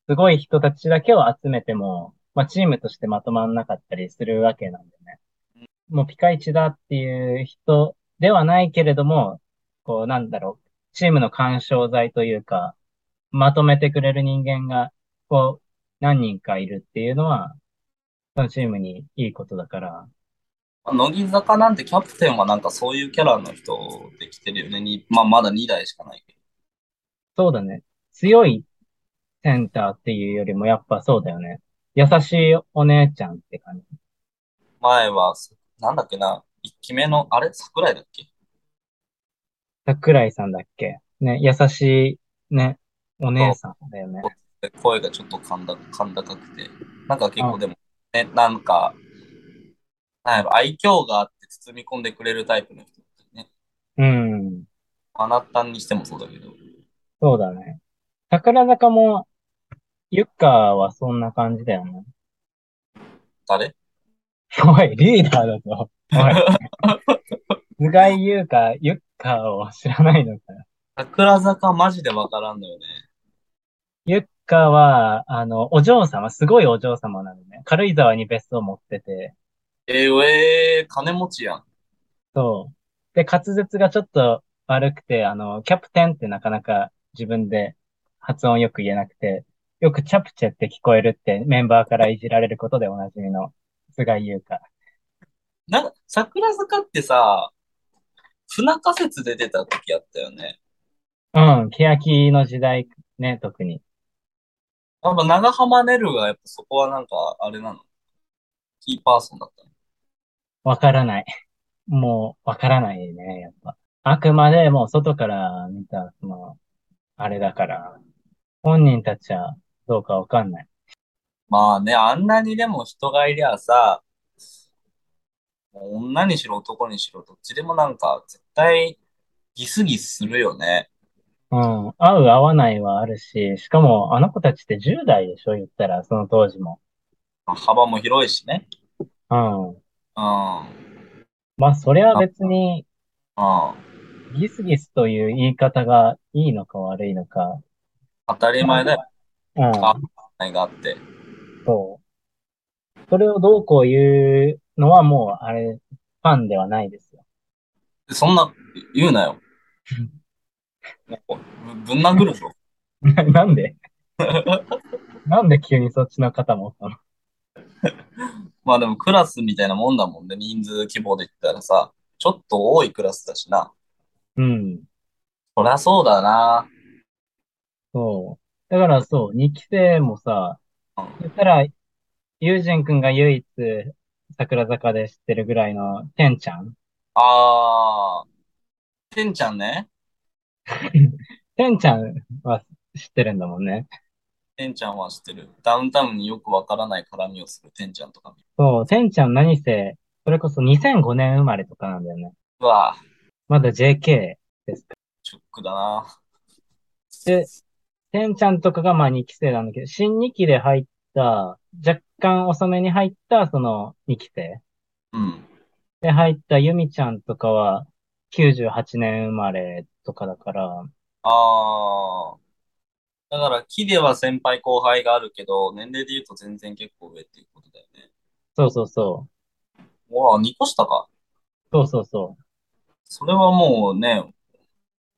S2: すごい人たちだけを集めても、まあ、チームとしてまとまんなかったりするわけなんだよね。もうピカイチだっていう人ではないけれども、こう、なんだろう、チームの干渉剤というか、まとめてくれる人間が、こう、何人かいるっていうのは、そのチームにいいことだから、
S1: まあ乃木坂なんてキャプテンはなんかそういうキャラの人できてるよね。にまあ、まだ2台しかないけど。
S2: そうだね。強いセンターっていうよりもやっぱそうだよね。優しいお姉ちゃんって感じ。
S1: 前は、なんだっけな、1期目の、あれ桜井だっけ
S2: 桜井さんだっけね、優しい、ね、お姉さんだよね。
S1: 声がちょっと甲高甲高くて、なんか結構でも、ね、なんか、なんやろ、愛嬌があって包み込んでくれるタイプの人だったよね。
S2: うん。
S1: あなたにしてもそうだけど、
S2: そうだね。桜坂も、ゆっかはそんな感じだよね。
S1: 誰
S2: おい、リーダーだぞ。おい。菅井優香、ゆっかを知らないのかよ。
S1: 桜坂マジでわからんのよね。
S2: ゆっかは、あの、お嬢様、すごいお嬢様なのね。軽井沢に別荘持ってて、
S1: えー、えー、金持ちやん。
S2: そう。で、滑舌がちょっと悪くて、あの、キャプテンってなかなか自分で発音よく言えなくて、よくチャプチェって聞こえるってメンバーからいじられることでおなじみの菅井優香。
S1: なんか、桜坂ってさ、船仮説で出た時あったよね。
S2: うん、欅の時代ね、特に。
S1: やっぱ長浜ねるが、やっぱそこはなんか、あれなの。キーパーソンだったの。
S2: わからない。もう、わからないね、やっぱ。あくまでもう外から見た、その、あれだから、本人たちはどうかわかんない。
S1: まあね、あんなにでも人がいりゃさ、もう女にしろ男にしろどっちでもなんか絶対ギスギスするよね。
S2: うん、合う合わないはあるし、しかもあの子たちって10代でしょ言ったら、その当時も。
S1: まあ幅も広いしね。
S2: う
S1: う
S2: ん。
S1: ん。うん。
S2: まあ、それは別に、ギスギスという言い方がいいのか悪いのか。
S1: 当たり前だよ。
S2: うん、
S1: あないがあって。
S2: そう。それをどうこう言うのはもう、あれ、ファンではないですよ。
S1: そんな言うなよ。もうぶぶん殴るぞ。
S2: ななんで なんで急にそっちの方もったの
S1: まあでもクラスみたいなもんだもんね。人数規模で言ったらさ、ちょっと多いクラスだしな。
S2: うん。
S1: そりゃそうだな。
S2: そう。だからそう、2期生もさ、そしたら、ユージンくんが唯一、桜坂で知ってるぐらいの、てんちゃん。
S1: あー。てんちゃんね。
S2: てんちゃんは知ってるんだもんね。
S1: てんちゃんは知ってる。ダウンタウンによくわからない絡みをするてんちゃんとか。
S2: そう、てんちゃん何せ、それこそ2005年生まれとかなんだよね。
S1: うわぁ、
S2: まだ JK。
S1: ショックだな。
S2: で、てんちゃんとかがまあ2期生なんだけど、新2期で入った、若干遅めに入ったその2期生
S1: うん。
S2: で入ったゆみちゃんとかは98年生まれとかだから、
S1: ああ。だから、木では先輩後輩があるけど、年齢で言うと全然結構上っていうことだよね。
S2: そうそうそう。
S1: うわあ、2個下か。
S2: そうそうそう。
S1: それはもうね、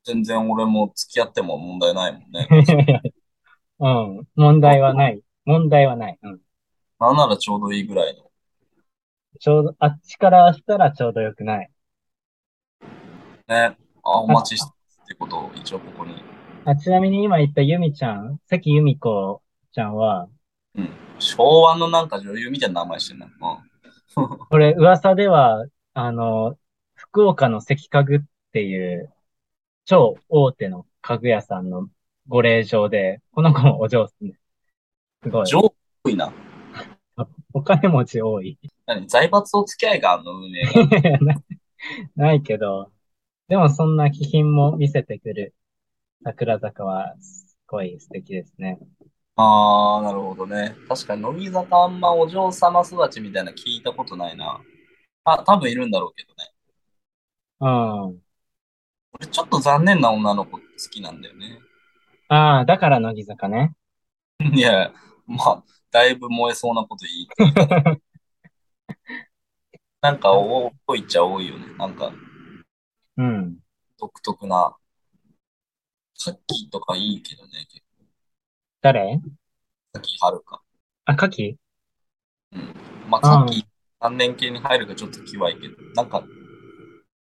S1: 全然俺も付き合っても問題ないもんね。
S2: うん。問題はない。問題はない。うん。
S1: なんならちょうどいいぐらいの。
S2: ちょうど、あっちからしたらちょうどよくない。
S1: ね。あ、お待ちしてってことを一応ここに。
S2: あ、ちなみに今言ったゆみちゃん、関ゆみ子ちゃんは、
S1: うん。昭和のなんか女優みたいな名前してんな。うん。
S2: これ噂では、あの、福岡の関家具っていう超大手の家具屋さんのご令嬢で、この子もお嬢さんです。すごい。
S1: 上手いな。
S2: お金持ち多い。
S1: 何財閥と付き合いがあんの運営が。
S2: なないけど、でもそんな気品も見せてくる桜坂はすごい素敵ですね。
S1: ああ、なるほどね。確かに、乃木坂あんまお嬢様育ちみたいな聞いたことないな。あ、多分いるんだろうけどね。
S2: うん。
S1: 俺ちょっと残念な女の子好きなんだよね。
S2: ああ、だから乃木坂ね。
S1: いや、まあ、だいぶ燃えそうなこと言い。なんか、多いっちゃ多いよね。なんか、
S2: うん。
S1: 独特な。さっきとかいいけどね。
S2: 誰
S1: さっきはるか。
S2: あ、カキ
S1: まあ、さっき3年系に入るかちょっとキワいけど。なんか、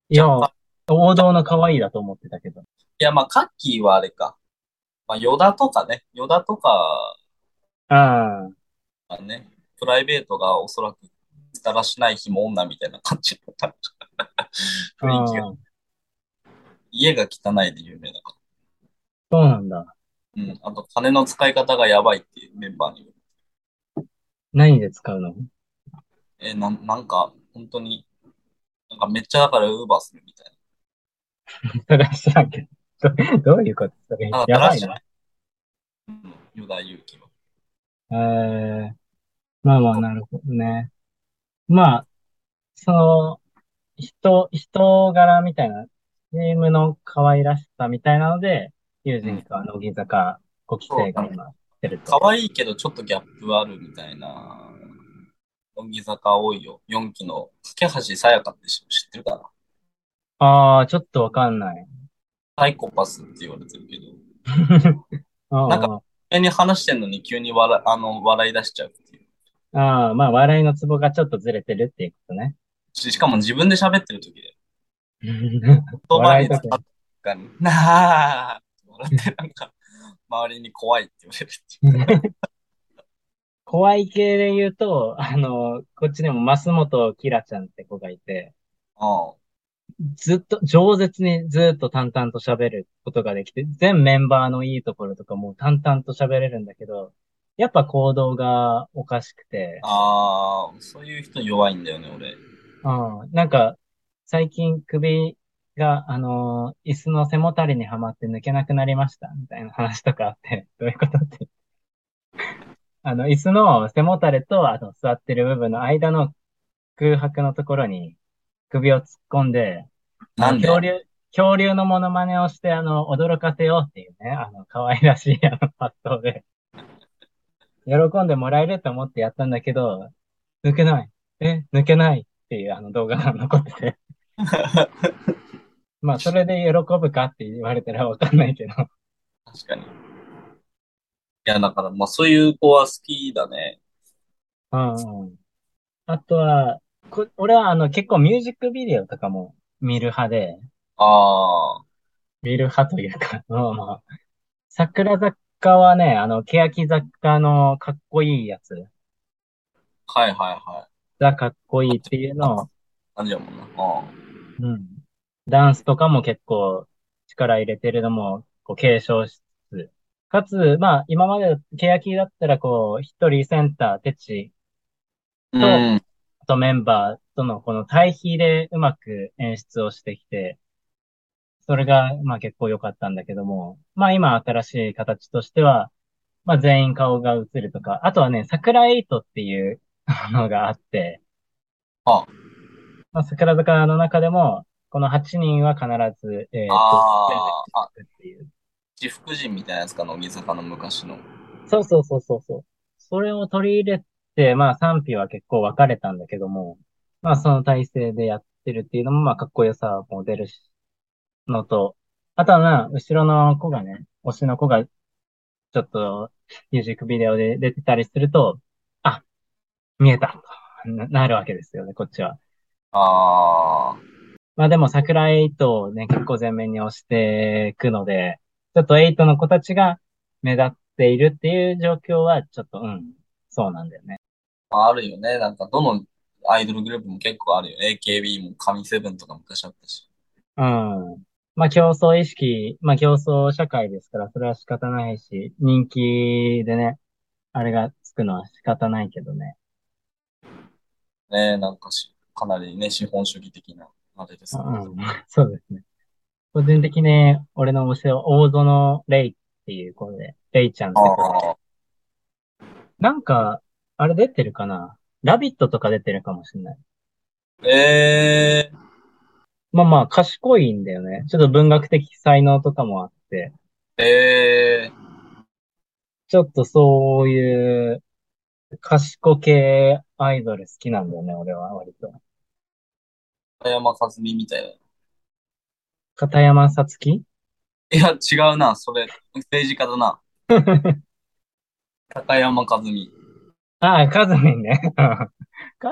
S2: いや、王道の可愛いだと思ってたけど。
S1: いや、まあ、カッキーはあれか。まあ、ヨダとかね。ヨダとか
S2: ああ、
S1: はね、プライベートがおそらくだらしない日も女みたいな感じだった。雰囲気が。
S2: うん
S1: 家が汚いで有名だか
S2: そうなんだ。
S1: ら。うん。あと、金の使い方がやばいっていうメンバーにも。
S2: 何で使うの
S1: え、なん、なんか、本当に、なんかめっちゃだからウーバーするみたい
S2: それは知らんけど。どどういうことそれ
S1: な。なんか
S2: や
S1: だら
S2: ばい
S1: し
S2: な。
S1: ない。うん。ヨダ勇気は。
S2: えー、まあまあ、なるほどね。まあ、その、人、人柄みたいな、チームの可愛らしさみたいなので、友人か乃木坂5期生が今してると。
S1: 可愛いけどちょっとギャップあるみたいな。乃木坂多いよ。4期の、架橋さやかって知知ってるかな
S2: ああ、ちょっとわかんない。
S1: サイコパスって言われてるけど。
S2: うん
S1: なんか急に話してんのに急に笑あの笑い出しちゃうっていう。
S2: ああ、まあ、笑いのツボがちょっとずれてるっていうこと ね。
S1: ししかも自分で喋ってる時で。言葉
S2: 笑
S1: に
S2: い
S1: 使
S2: と
S1: っ
S2: け
S1: た瞬間になあって笑ってなんか、 周りに怖いって言われるっていう。
S2: 怖い系で言うと、あの、こっちでも増本キラちゃんって子がいて、
S1: うん。
S2: ずっと、饒舌にずっと淡々と喋ることができて、全メンバーのいいところとかも淡々と喋れるんだけど、やっぱ行動がおかしくて、
S1: ああ、そういう人弱いんだよね、俺。
S2: うん、なんか、最近首が、あのー椅子の背もたれにはまって抜けなくなりました、みたいな話とかあって、 どういうことって。あの、椅子の背もたれと、あの、座ってる部分の間の空白のところに首を突っ込んで、
S1: なんで
S2: 恐竜、恐竜のモノマネをして、あの、驚かせようっていうね、あの、可愛らしい、あの、発想で。喜んでもらえると思ってやったんだけど、抜けない。え、抜けないっていう、あの、動画が残っ てて。まあ、それで喜ぶかって言われたらわかんないけど。
S1: 確かに。いや、だから、まあそういう子は好きだね。
S2: うんうん。あとは、こ、俺は、あの、結構ミュージックビデオとかも見る派で、
S1: ああ、
S2: 見る派というか、うんまあ、桜坂はね、あの、欅坂のかっこいいやつ
S1: はいはいはい。
S2: がかっこいいっていうのを、
S1: 感じやもんな。うん。
S2: うん。ダンスとかも結構力入れてるのも、こう、継承しつつ。かつ、まあ、今まで欅だったら、こう、一人センター、テチ
S1: う。
S2: うんとメンバーとのこの対比でうまく演出をしてきて、それが、まあ結構良かったんだけども、まあ今新しい形としては、まあ全員顔が映るとか、あとはね、桜エイトっていう のがあって、
S1: あ、
S2: まあ桜坂の中でも、この8人は必ず、えっ
S1: あー、あ、
S2: と、っていう。
S1: 自福神みたいなやつか、乃木坂の昔の。
S2: そうそうそうそうそう。それを取り入れて、まあ賛否は結構分かれたんだけども、まあその体制でやってるっていうのも、まあかっこよさも出るし、のと、あとはまあ、後ろの子がね、推しの子が、ちょっと、ミュージックビデオで出てたりすると、あ、見えた、とな、なるわけですよね、こっちは。
S1: ああ、
S2: まあでも、桜エイトをね、結構前面に推していくので、ちょっとエイトの子たちが目立っているっていう状況は、ちょっと、うん、そうなんだよね。
S1: まああるよね。なんか、どのアイドルグループも結構あるよ。AKB も神セブンとか昔あったし。
S2: うん。まあ競争意識、まあ競争社会ですから、それは仕方ないし、人気でね、あれがつくのは仕方ないけどね。
S1: ねえ、なんかし、かなりね、資本主義的な、あれです
S2: う
S1: ね。
S2: ん、そうですね。個人的に、俺の推しは大園レイっていう子で、レイちゃんって子
S1: ああ、
S2: なんか、あれ出てるかなラビットとか出てるかもしれない。
S1: ええ
S2: まあまあ、賢いんだよね。ちょっと文学的才能とかもあって、
S1: ええ
S2: ちょっとそういう賢系アイドル好きなんだよね、俺は割と。
S1: 片山和美みたいな。
S2: 片山さつき
S1: いや、違うな、それ。政治家だ な。高山和美。
S2: ああ、カズミンね。 カズ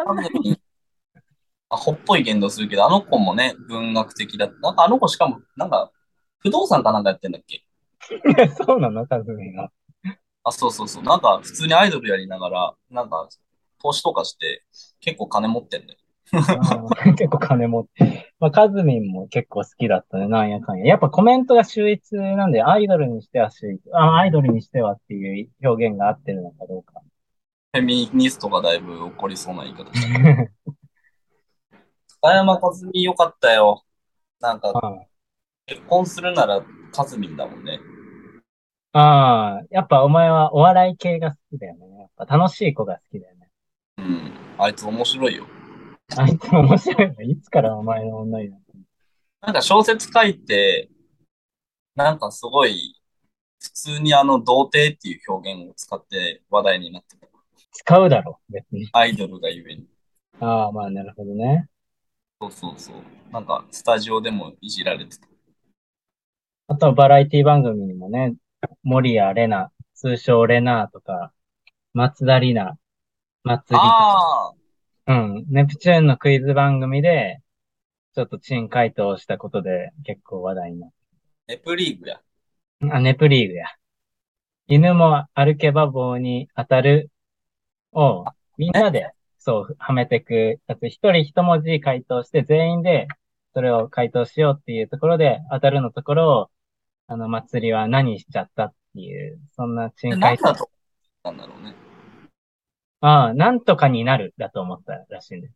S1: 和美、 アホっぽい言動するけど、あの子もね、文学的だった。なんかあの子しかも、なんか、不動産かなんかやってんだっけ
S2: ミンそうなのカズミンは。
S1: あ、そうそうそう。なんか、普通にアイドルやりながら、なんか、投資とかして、結構金持ってんだよ。
S2: ああ、 結構金持って。まあ、カズミンも結構好きだったね、なんやかんや。やっぱコメントが秀逸なんで、アイドルにしては秀逸、あ、アイドルにしてはっていう表現が合ってるのかどうか。
S1: フェミニストがだいぶ怒りそうな言い方してる。高山和美よかったよ。なんか、
S2: あ
S1: 結婚するならカズミンだもんね。
S2: ああ、やっぱお前はお笑い系が好きだよね。やっぱ楽しい子が好きだよね。
S1: うん。あいつ面白いよ。
S2: あいつ面白いの。いつからお前の女になったの
S1: なんか小説書いて、なんかすごい、普通にあの、童貞っていう表現を使って話題になってた。
S2: 使うだろ、別に。
S1: アイドルがゆえに。
S2: ああ、まあなるほどね。
S1: そうそうそう。なんか、スタジオでもいじられてた。
S2: あとはバラエティ番組にもね、守谷玲奈、通称レナーとか、松田里奈、松りとか、
S1: ああ、
S2: うん、ネプチューンのクイズ番組で、ちょっと珍回答をしたことで結構話題になっ
S1: ネプリーグや。
S2: た。あ、ネプリーグや。犬も歩けば棒に当たるを、みん
S1: ね。
S2: なで、そう、はめてくやつ、一人一文字回答して、全員で、それを回答しようっていうところで、当たるのところを、あの、祭りは何しちゃったっていう、そんな
S1: で、
S2: 珍
S1: なん
S2: 回答。
S1: だと思ったんだろうね。
S2: ああ、なんとかになるだと思ったらしいんです。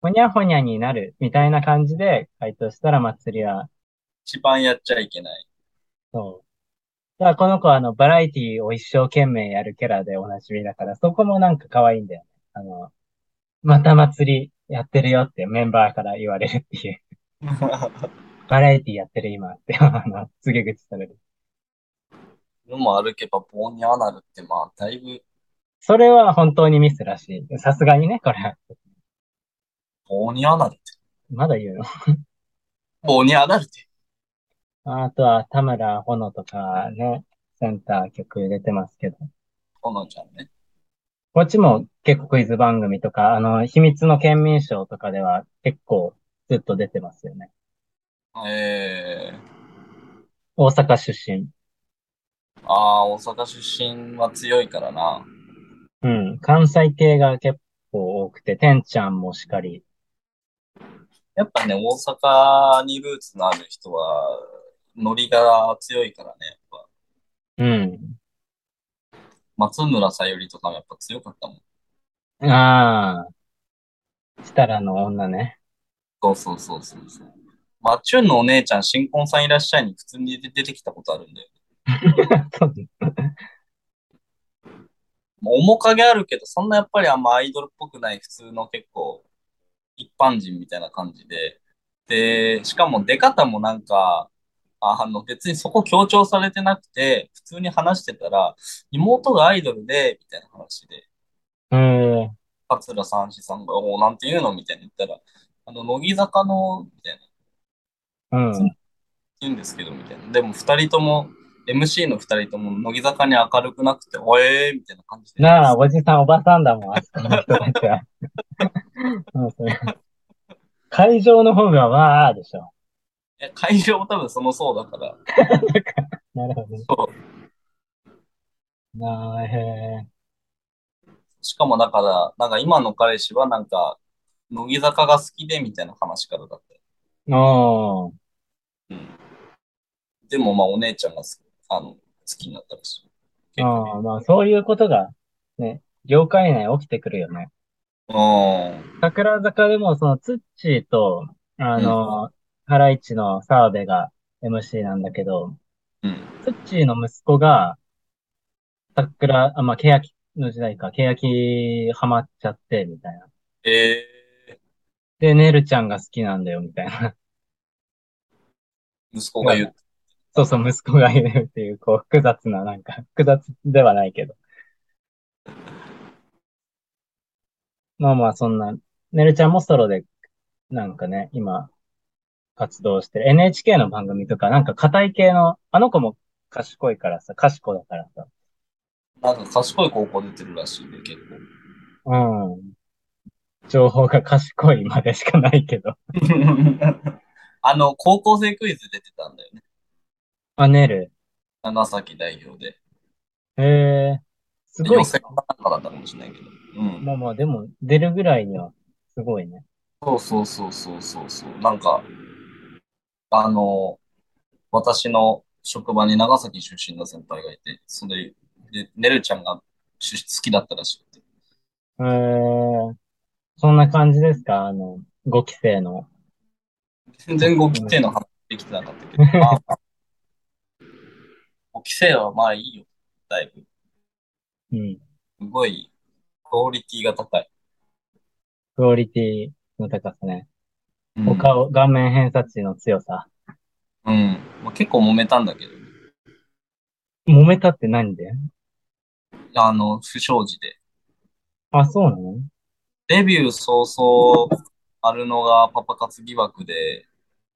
S2: ほにゃほにゃになるみたいな感じで回答したら祭りは、
S1: 一番やっちゃいけない。
S2: そう。だからこの子はあの、バラエティを一生懸命やるキャラでおなじみだから、そこもなんか可愛いんだよね。あの、また祭りやってるよってメンバーから言われるっていう。 バラエティやってる今って、 あの、告げ口される。
S1: 犬も歩けば棒に穴なるって、まあ、だいぶ
S2: それは本当にミスらしい。さすがにね、これは。
S1: 棒に穴なるって。
S2: まだ言うの。
S1: 棒に穴なるって。
S2: あとは、田村ほのとかね、センター曲出てますけど。
S1: ほのちゃんね。
S2: こっちも結構クイズ番組とか、あの、秘密の県民賞とかでは結構ずっと出てますよね。
S1: ええ
S2: 大阪出身。
S1: ああ、大阪出身は強いからな。
S2: うん。関西系が結構多くて、てんちゃんもしかり。
S1: やっぱね、大阪にルーツのある人は、ノリが強いからね、やっぱ。
S2: うん。
S1: 松村さゆりとかもやっぱ強かったもん。
S2: ああ、設楽の女ね。
S1: そうそうそうそうそう。まあ、チュンのお姉ちゃん、新婚さんいらっしゃいに普通に出てきたことあるんだよ。
S2: そう
S1: もう面影あるけど、そんなやっぱりあんまアイドルっぽくない普通の結構一般人みたいな感じで。で、しかも出方もなんか、あの別にそこ強調されてなくて、普通に話してたら、妹がアイドルで、みたいな話で、
S2: うん。
S1: 桂三枝さんが、おなんて言うのみたいに言ったら、あの、乃木坂の、みたいな、
S2: うん。
S1: 言うんですけど、みたいな。でも二人とも、MC の二人とも乃木坂に明るくなくて、おえーみたいな感じで。
S2: なあ、おじさん、おばさんだもん、あそこの人たちは。 うんそれ会場の方がわーでしょ。
S1: え会場も多分その層だから、
S2: なるほどね。
S1: そう
S2: なあ、へ
S1: しかもだから、なんか今の彼氏はなんか、乃木坂が好きでみたいな話からだった。
S2: え。おー。
S1: でもまあお姉ちゃんが好きあの好きになったらしい。結構
S2: ああ、まあ、そういうことが、ね、業界内起きてくるよね。
S1: うん。
S2: 桜坂でも、その、ツッチーと、あの、ハライチの澤部が MC なんだけど、
S1: うん。
S2: ツッチーの息子が、桜、あ、まあ、欅の時代か、欅ハマっちゃって、みたいな。
S1: ええ
S2: で、ねるちゃんが好きなんだよ、みたいな。
S1: 息子が言う。
S2: そうそう、息子がいるっていう、こう、複雑な、なんか、 複雑ではないけど。まあまあ、そんな、ねるちゃんもソロで、なんかね、今、活動してる。NHK の番組とか、なんか、硬い系の、あの子も賢いからさ、賢だからさ。
S1: なんか賢い高校出てるらしいね、結
S2: うん。情報が賢いまでしかないけど。
S1: 構。あの、高校生クイズ出てたんだよね。
S2: あ、ねる。
S1: 長崎代表で。
S2: へえ、すごい
S1: 予。選かなんかだったかもしれないけど。うん。
S2: まあまあ、でも、出るぐらいには、すごいね。
S1: そうそうそうそうそうそう。なんか、あの、私の職場に長崎出身の先輩がいて、それで、ねるちゃんが出好きだったらしくて。
S2: えー、そんな感じですかあの、5期生の。
S1: 全然ご規定の話できてなかったけ ど、まあ、ご規制はまあいいよ、だいぶ。
S2: うん。
S1: すごい、クオリティが高い。
S2: クオリティの高さね。
S1: うん。
S2: お顔、顔面偏差値の強さ。
S1: うんまあ、結構揉めたんだけど、
S2: 揉めたって何で
S1: あの、不祥事で。
S2: あ、そうなの
S1: デビュー早々、丸野がパパ活疑惑で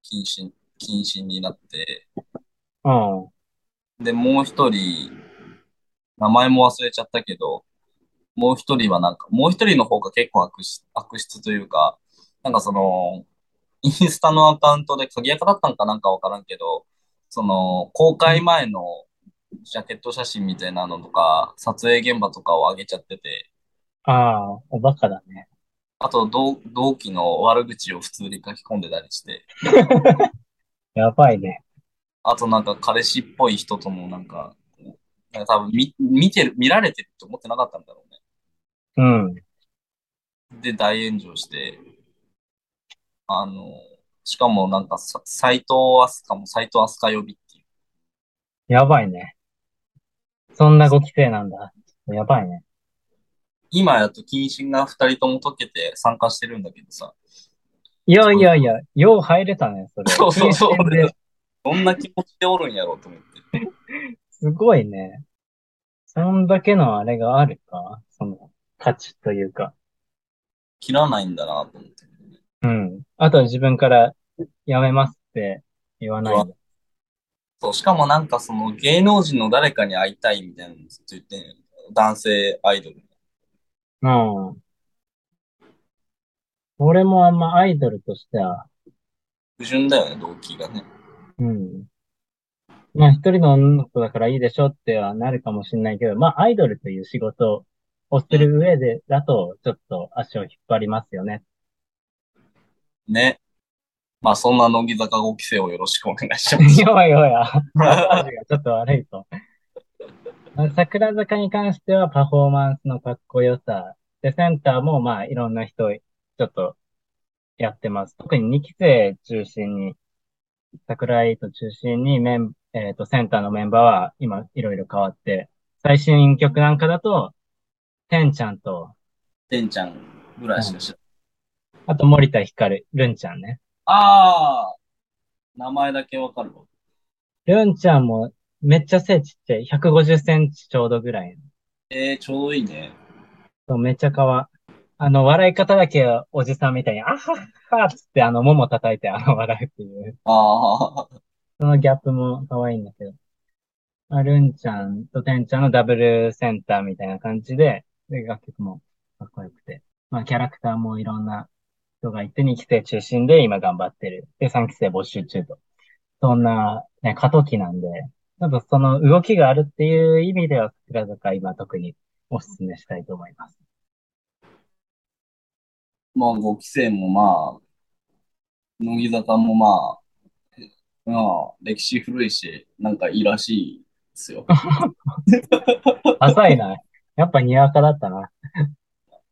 S1: 謹慎、謹慎になって、
S2: あ
S1: で、もう一人、名前も忘れちゃったけど、もう一人はなんか、もう一人の方が結構悪質、悪質というか、なんかその、インスタのアカウントで鍵垢だったんかなんかわからんけど、その、公開前のジャケット写真みたいなのとか、撮影現場とかを上げちゃってて、
S2: あ、ああ、おバカだね。
S1: あと同、同期の悪口を普通に書き込んでたりして、
S2: やばいね。
S1: あとなんか彼氏っぽい人ともなんか、なんか多分見、見てる、見られてると思ってなかったんだろうね。
S2: うん。
S1: で、大炎上して、あの、しかもなんかさ、斎藤飛鳥も斎藤飛鳥呼びっていう。
S2: やばいね。そんな5期生なんだ。やばいね。
S1: 今やと謹慎が二人とも解けて参加してるんだけどさ、
S2: いやいやいや、よう入れたね、それ。
S1: そうそうそう
S2: 新鮮で
S1: どんな気持ちでおるんやろうと思って。
S2: すごいね。そんだけのあれがあるかその、価値というか。
S1: 切らないんだなと思って。
S2: うん。あとは自分からやめますって言わないんだ。
S1: そう、しかもなんかその芸能人の誰かに会いたいみたいなのずっと言ってんよ男性アイドル。
S2: うん。俺もあんまアイドルとしては、
S1: 不純だよね、動機がね。
S2: うん。まあ一人の女の子だからいいでしょってはなるかもしれないけど、まあアイドルという仕事をする上で、だとちょっと足を引っ張りますよね。
S1: ね。まあそんな乃木坂5期生をよろしくお願いします。
S2: 弱い弱い。マジがちょっと悪いと。桜坂に関してはパフォーマンスのかっこよさ。で、センターもまあいろんな人、ちょっとやってます。特に2期生中心に桜井と中心にメン、えっと、センターのメンバーは今いろいろ変わって、最新曲なんかだと、てんちゃんと、
S1: てんちゃんぐらいしか知らない。
S2: あと森田ひかる、るんちゃんね。
S1: ああ名前だけわかるわ。
S2: るんちゃんもめっちゃ背ちっちゃい。150センチちょうどぐらい。
S1: えー、ちょうどいいね。
S2: そうめっちゃかわ。あの、笑い方だけおじさんみたいに、あはっはっつってあの、もも叩いてあの、笑うっていう。
S1: ああ、
S2: そのギャップも可愛いんだけど。まあ、るんちゃんとてんちゃんのダブルセンターみたいな感じで、で、楽曲もかっこよくて。まあ、キャラクターもいろんな人がいて、2期生中心で今頑張ってる。で、3期生募集中と。そんな、ね、過渡期なんで、多分その動きがあるっていう意味では、桜坂今特におすすめしたいと思います。
S1: まあ5期生もまあ、乃木坂もまあ、まあ、歴史古いし、なんかいいらしいですよ。
S2: 浅いな。やっぱにわかだったな。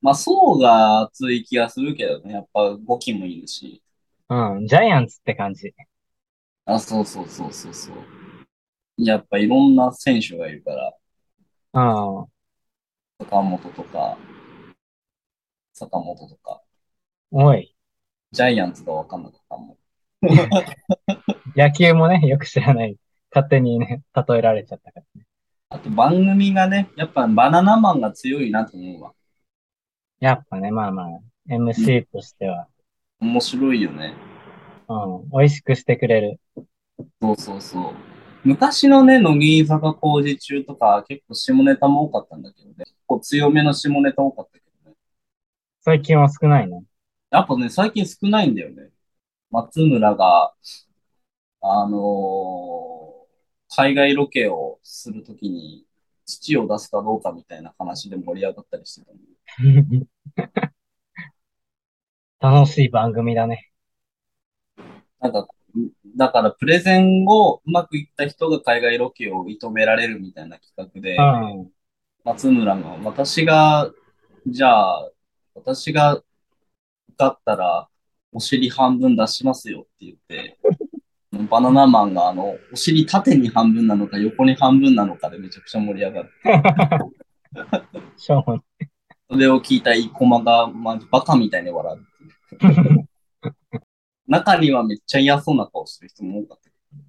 S1: まあ層が厚い気がするけどね、やっぱ5期もいるし。
S2: うん、ジャイアンツって感じ。
S1: あ、そうそうそうそうそう。やっぱいろんな選手がいるから、
S2: うん。
S1: 坂本とか、坂本とか、
S2: おい。
S1: ジャイアンツがわかんなかったもん。
S2: 野球もね、よく知らない。勝手にね、例えられちゃったから。
S1: あと番組がね、やっぱバナナマンが強いなと思うわ。
S2: やっぱね、まあまあ、MC としては、
S1: 面白いよね。
S2: うん、美味しくしてくれる。
S1: そうそうそう。昔のね、乃木坂工事中とか、結構下ネタも多かったんだけどね。結構強めの下ネタ多かったけどね。
S2: 最近は少ないね。
S1: やっぱね、最近少ないんだよね。松村が、あのー海外ロケをするときに、父を出すかどうかみたいな話で盛り上がったりしてたの
S2: 楽しい番組だね。
S1: なんか、だからプレゼンをうまくいった人が海外ロケを認められるみたいな企画で
S2: う、ん。
S1: 松村が、私が、じゃあ、私が受かったら、お尻半分出しますよって言って、 バナナマンが、あの、お尻縦に半分なのか、横に半分なのかでめちゃくちゃ盛り上がる。
S2: しょうもない
S1: それを聞いた生駒が、まじバカみたいに笑うっていう。中にはめっちゃ嫌そうな顔してる人も多かっ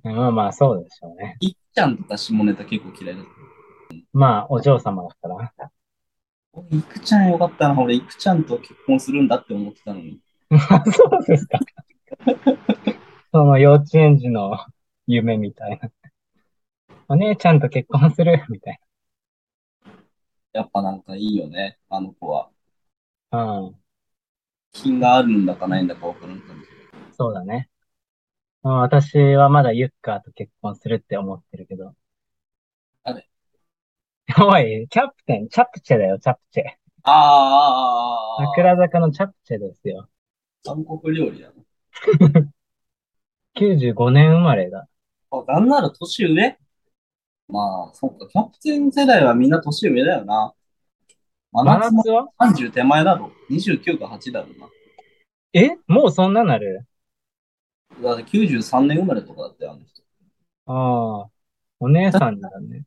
S1: た。
S2: まあまあ、そうでしょうね。
S1: いっちゃんとか下ネタ結構嫌いだった。
S2: まあ、お嬢様だから。
S1: 俺、いくちゃんよかったな。俺、いくちゃんと結婚するんだって思ってたのに。
S2: そうですか。 その幼稚園児の夢みたいな。お姉ちゃんと結婚するみたい
S1: やっぱなんかいいよね、あの子は。
S2: な。うん。
S1: 品があるんだかないんだかわからん感じ。
S2: そうだね。うん私はまだユッカーと結婚するって思ってるけど。
S1: あれ
S2: おい、キャプテン、チャプチェだよ、チャプチェ。
S1: ああ、ああ、ああ、
S2: 桜坂のチャプチェですよ。
S1: 韓国料理だな。
S2: 95年生まれだ。
S1: あ、なんなら年上まあ、そっか、キャプテン世代はみんな年上だよな。真
S2: 真
S1: 夏も
S2: 夏は
S1: 30手前だろ。29か8だろ
S2: えもうそんななる
S1: な。だって93年生まれとかだってあの人。
S2: ああ、お姉さんだね。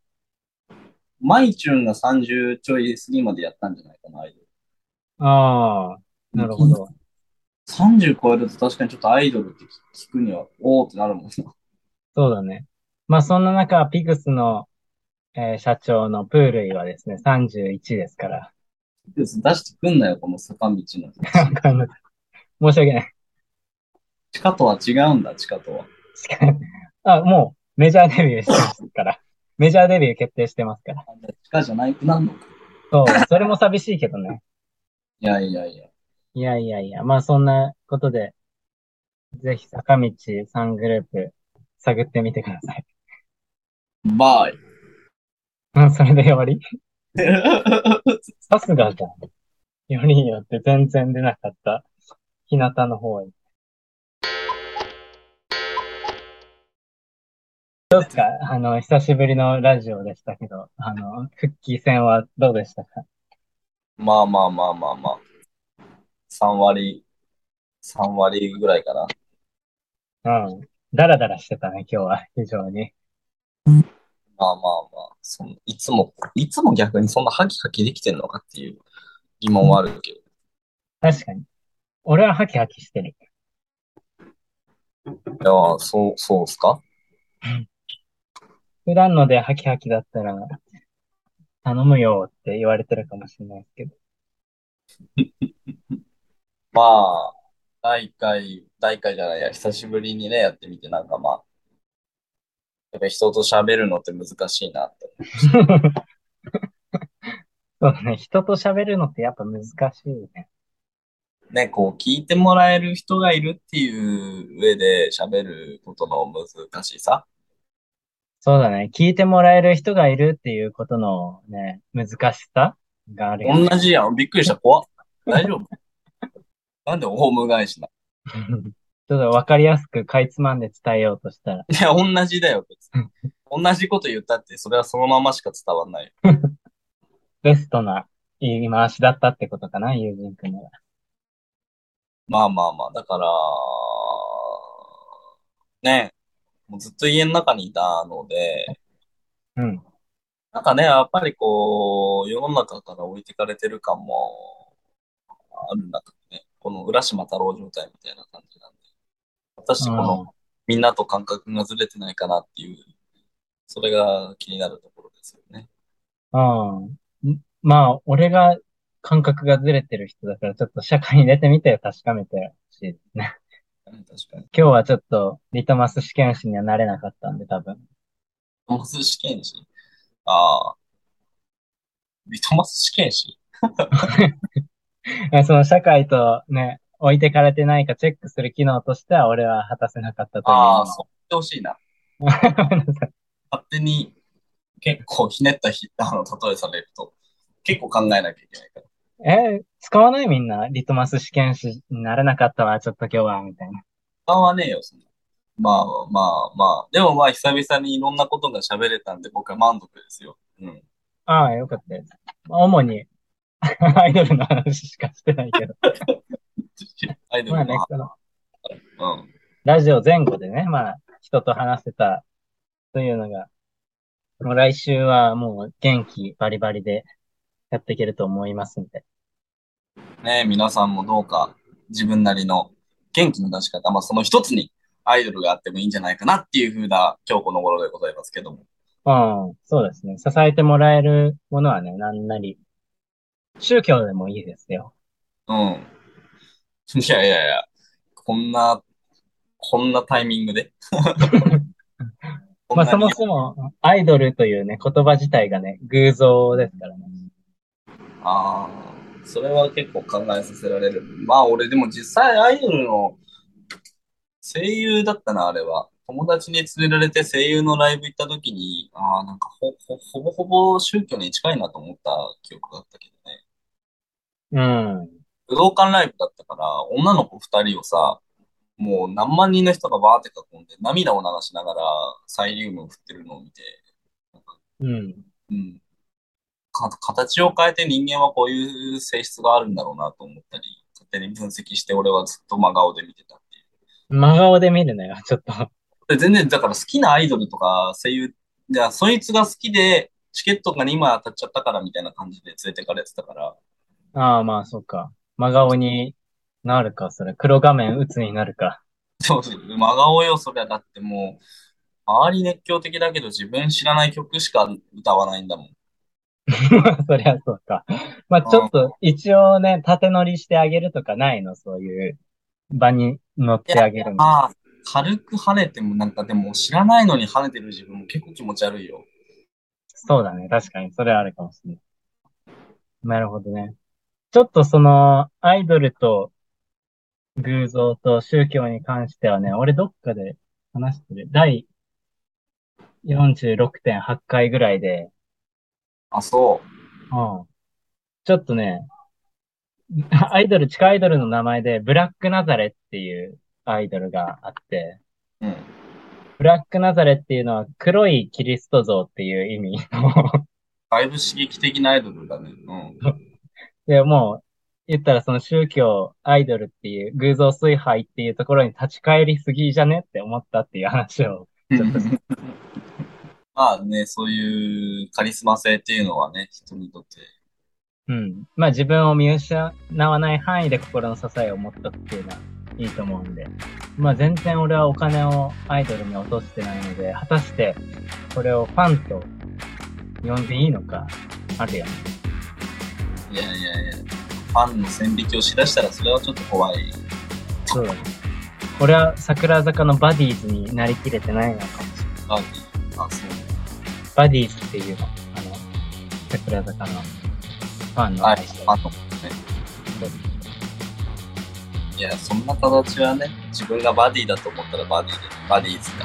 S1: マイチューンが30ちょい過ぎまでやったんじゃないかな、アイドル。
S2: ああ、なるほど。
S1: 30超えると確かにちょっとアイドルって聞くには、おーってなるもんな。
S2: そうだね。まあそんな中、ピグスの、えー社長のプールイはですね、31ですから。
S1: 出してくんなよ、この坂道 の
S2: わかんない申し訳ない。
S1: 地下とは違うんだ、地下とは。
S2: しかあ、もうメジャーデビューしてますから。メジャーデビュー決定してますから。
S1: 地下じゃないくなんのか。
S2: そう、それも寂しいけどね。
S1: いやいやいや。
S2: いやいやいや、まあそんなことで、ぜひ坂道3グループ探ってみてください。
S1: バイ。
S2: うん、それで終わりさすがじゃん。よりによって全然出なかった日向の方へ。どうですかあの、久しぶりのラジオでしたけど、あの、復帰戦はどうでしたか
S1: まあまあまあまあまあ。3割、3割ぐらいかな。
S2: うん。ダラダラしてたね、今日は。非常に。
S1: まあまあまあ、そのいつも、いつも逆にそんなハキハキできてるのかっていう疑問はあるけど。
S2: 確かに。俺はハキハキして
S1: い
S2: る。
S1: やー、そう、そうっすか
S2: 普段のでハキハキだったら、頼むよって言われてるかもしれないですけど。
S1: まあ、大会、大会じゃないや、久しぶりにね、やってみて、なんかまあ、やっぱ人と喋るのって難しいなって。
S2: そうね、人と喋るのってやっぱ難しいよね。
S1: ね、こう、聞いてもらえる人がいるっていう上で喋ることの難しさ。
S2: そうだね。聞いてもらえる人がいるっていうことのね、難しさがあるよね。
S1: 同じやん。びっくりした。怖っ。大丈夫 なんでオウム返しな
S2: ちょっとわかりやすくかいつまんで伝えようとしたら。
S1: いや、同じだよ、別に。同じこと言ったって、それはそのまましか伝わんないよ。
S2: ベストな言い回しだったってことかな、友人くんなら。
S1: まあまあまあ、だから、ね、もうずっと家の中にいたので、
S2: うん。
S1: なんかね、やっぱりこう、世の中から置いてかれてる感もある中でね、この浦島太郎状態みたいな感じなんで、私、この、みんなと感覚がずれてないかなっていう、それが気になるところですよね。
S2: うん。んまあ、俺が感覚がずれてる人だから、ちょっと社会に出てみて確かめてほしいですね。
S1: うん確かに。
S2: 今日はちょっとリトマス試験紙にはなれなかったんで、多分。
S1: リトマス試験紙ああ。リトマス試験紙
S2: えその社会とね、置いてかれてないかチェックする機能としては、俺は果たせなかったという。
S1: ああ、そう。言ってほしい な。勝手に結構ひねったひあの例えされると、結構考えなきゃいけないから。
S2: え、使わないみんな、リトマス試験紙になれなかったわ、ちょっと今日は、みたいな。
S1: 使わねえよ、そんな。まあまあまあ。でもまあ久々にいろんなことが喋れたんで僕は満足ですよ。うん。
S2: ああ、よかったです。まあ主に、 アイドルの話しかしてない けど。
S1: アイド
S2: まあ
S1: ル
S2: ね
S1: の、
S2: その、
S1: うん。
S2: ラジオ前後でね、まあ、人と話せた、というのが、もう来週はもう元気バリバリでやっていけると思いますんで。
S1: ねえ、皆さんもどうか自分なりの元気の出し方、まあその一つにアイドルがあってもいいんじゃないかなっていうふうな今日この頃でございますけども。
S2: うん、そうですね。支えてもらえるものはね、なんなり、宗教でもいいですよ。
S1: うん。いやいやいや、こんな、こんなタイミングで。こん
S2: まあ
S1: な
S2: そ
S1: に
S2: もそも、アイドルというね、言葉自体がね、偶像ですからね。
S1: ああ、それは結構考えさせられる。まあ俺でも実際アイドルの声優だったな、あれは。友達に連れられて声優のライブ行った時に、ああ、なんかほ、ほ、ほぼほぼ宗教に近いなと思った記憶があったけどね。
S2: うん。
S1: 武道館ライブだったから、女の子二人をさ、もう何万人の人がバーって囲んで、涙を流しながらサイリウムを振ってるのを見て、
S2: うん。
S1: うん。か、形を変えて人間はこういう性質があるんだろうなと思ったり、勝手に分析して俺はずっと真顔で見てたっていう。
S2: 真顔で見るのよ、ちょっと。
S1: で全然、だから好きなアイドルとか声優、じゃあそいつが好きで、チケットが2枚当たっちゃったからみたいな感じで連れてかれてたから、
S2: ああ、まあ、そうか。真顔になるか、それ。黒画面鬱になるか。
S1: そうそう、真顔よ、そりゃだってもう、周り熱狂的だけど自分知らない曲しか歌わないんだもん。
S2: まあ、そりゃそうか。まあ、ちょっと、一応ね、縦乗りしてあげるとかないの、そういう場に乗ってあげるの。
S1: ああ、軽く跳ねてもなんかでも知らないのに跳ねてる自分も結構気持ち悪いよ。
S2: そうだね。確かに、それはあるかもしれない。なるほどね。ちょっとその、アイドルと偶像と宗教に関してはね、俺どっかで話してる。第46.8回ぐらいで、
S1: あ、そう。
S2: うん。ちょっとね、アイドル、地下アイドルの名前で、ブラックナザレっていうアイドルがあって、
S1: うん。
S2: ブラックナザレっていうのは黒いキリスト像っていう意味の、
S1: だいぶ刺激的なアイドルだね。うん。
S2: で、も言ったらその宗教、アイドルっていう、偶像崇拝っていうところに立ち返りすぎじゃねって思ったっていう話を、ちょっと、
S1: まあね、そういうカリスマ性っていうのはね、人にとって。
S2: うん。まあ自分を見失わない範囲で心の支えを持っとくっていうのはいいと思うんで。まあ全然俺はお金をアイドルに落としてないので、果たしてこれをファンと呼んでいいのか、あるよね。
S1: いやいやいや、ファンの線引きをしだしたらそれはちょっと怖い。
S2: そうだね。俺は桜坂のバディーズになりきれてないのかもしれない。
S1: あ、あそうね。
S2: バディーズっていうの、あの、桜坂のファンの
S1: はい、
S2: 会社
S1: ファンの。ねいや、そんな形はね、自分がバディだと思ったらバディで、バディーズか。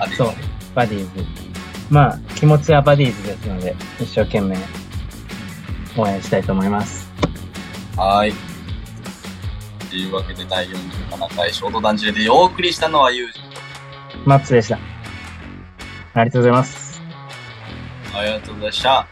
S1: バディーズ
S2: そう、バディーズ。まあ、気持ちはバディーズですので、一生懸命応援したいと思います。
S1: はーい。というわけで、第47回ショートダンジレでお送りしたのはユージ。
S2: マッツでした。ありがとうございます。
S1: ありがとうございました。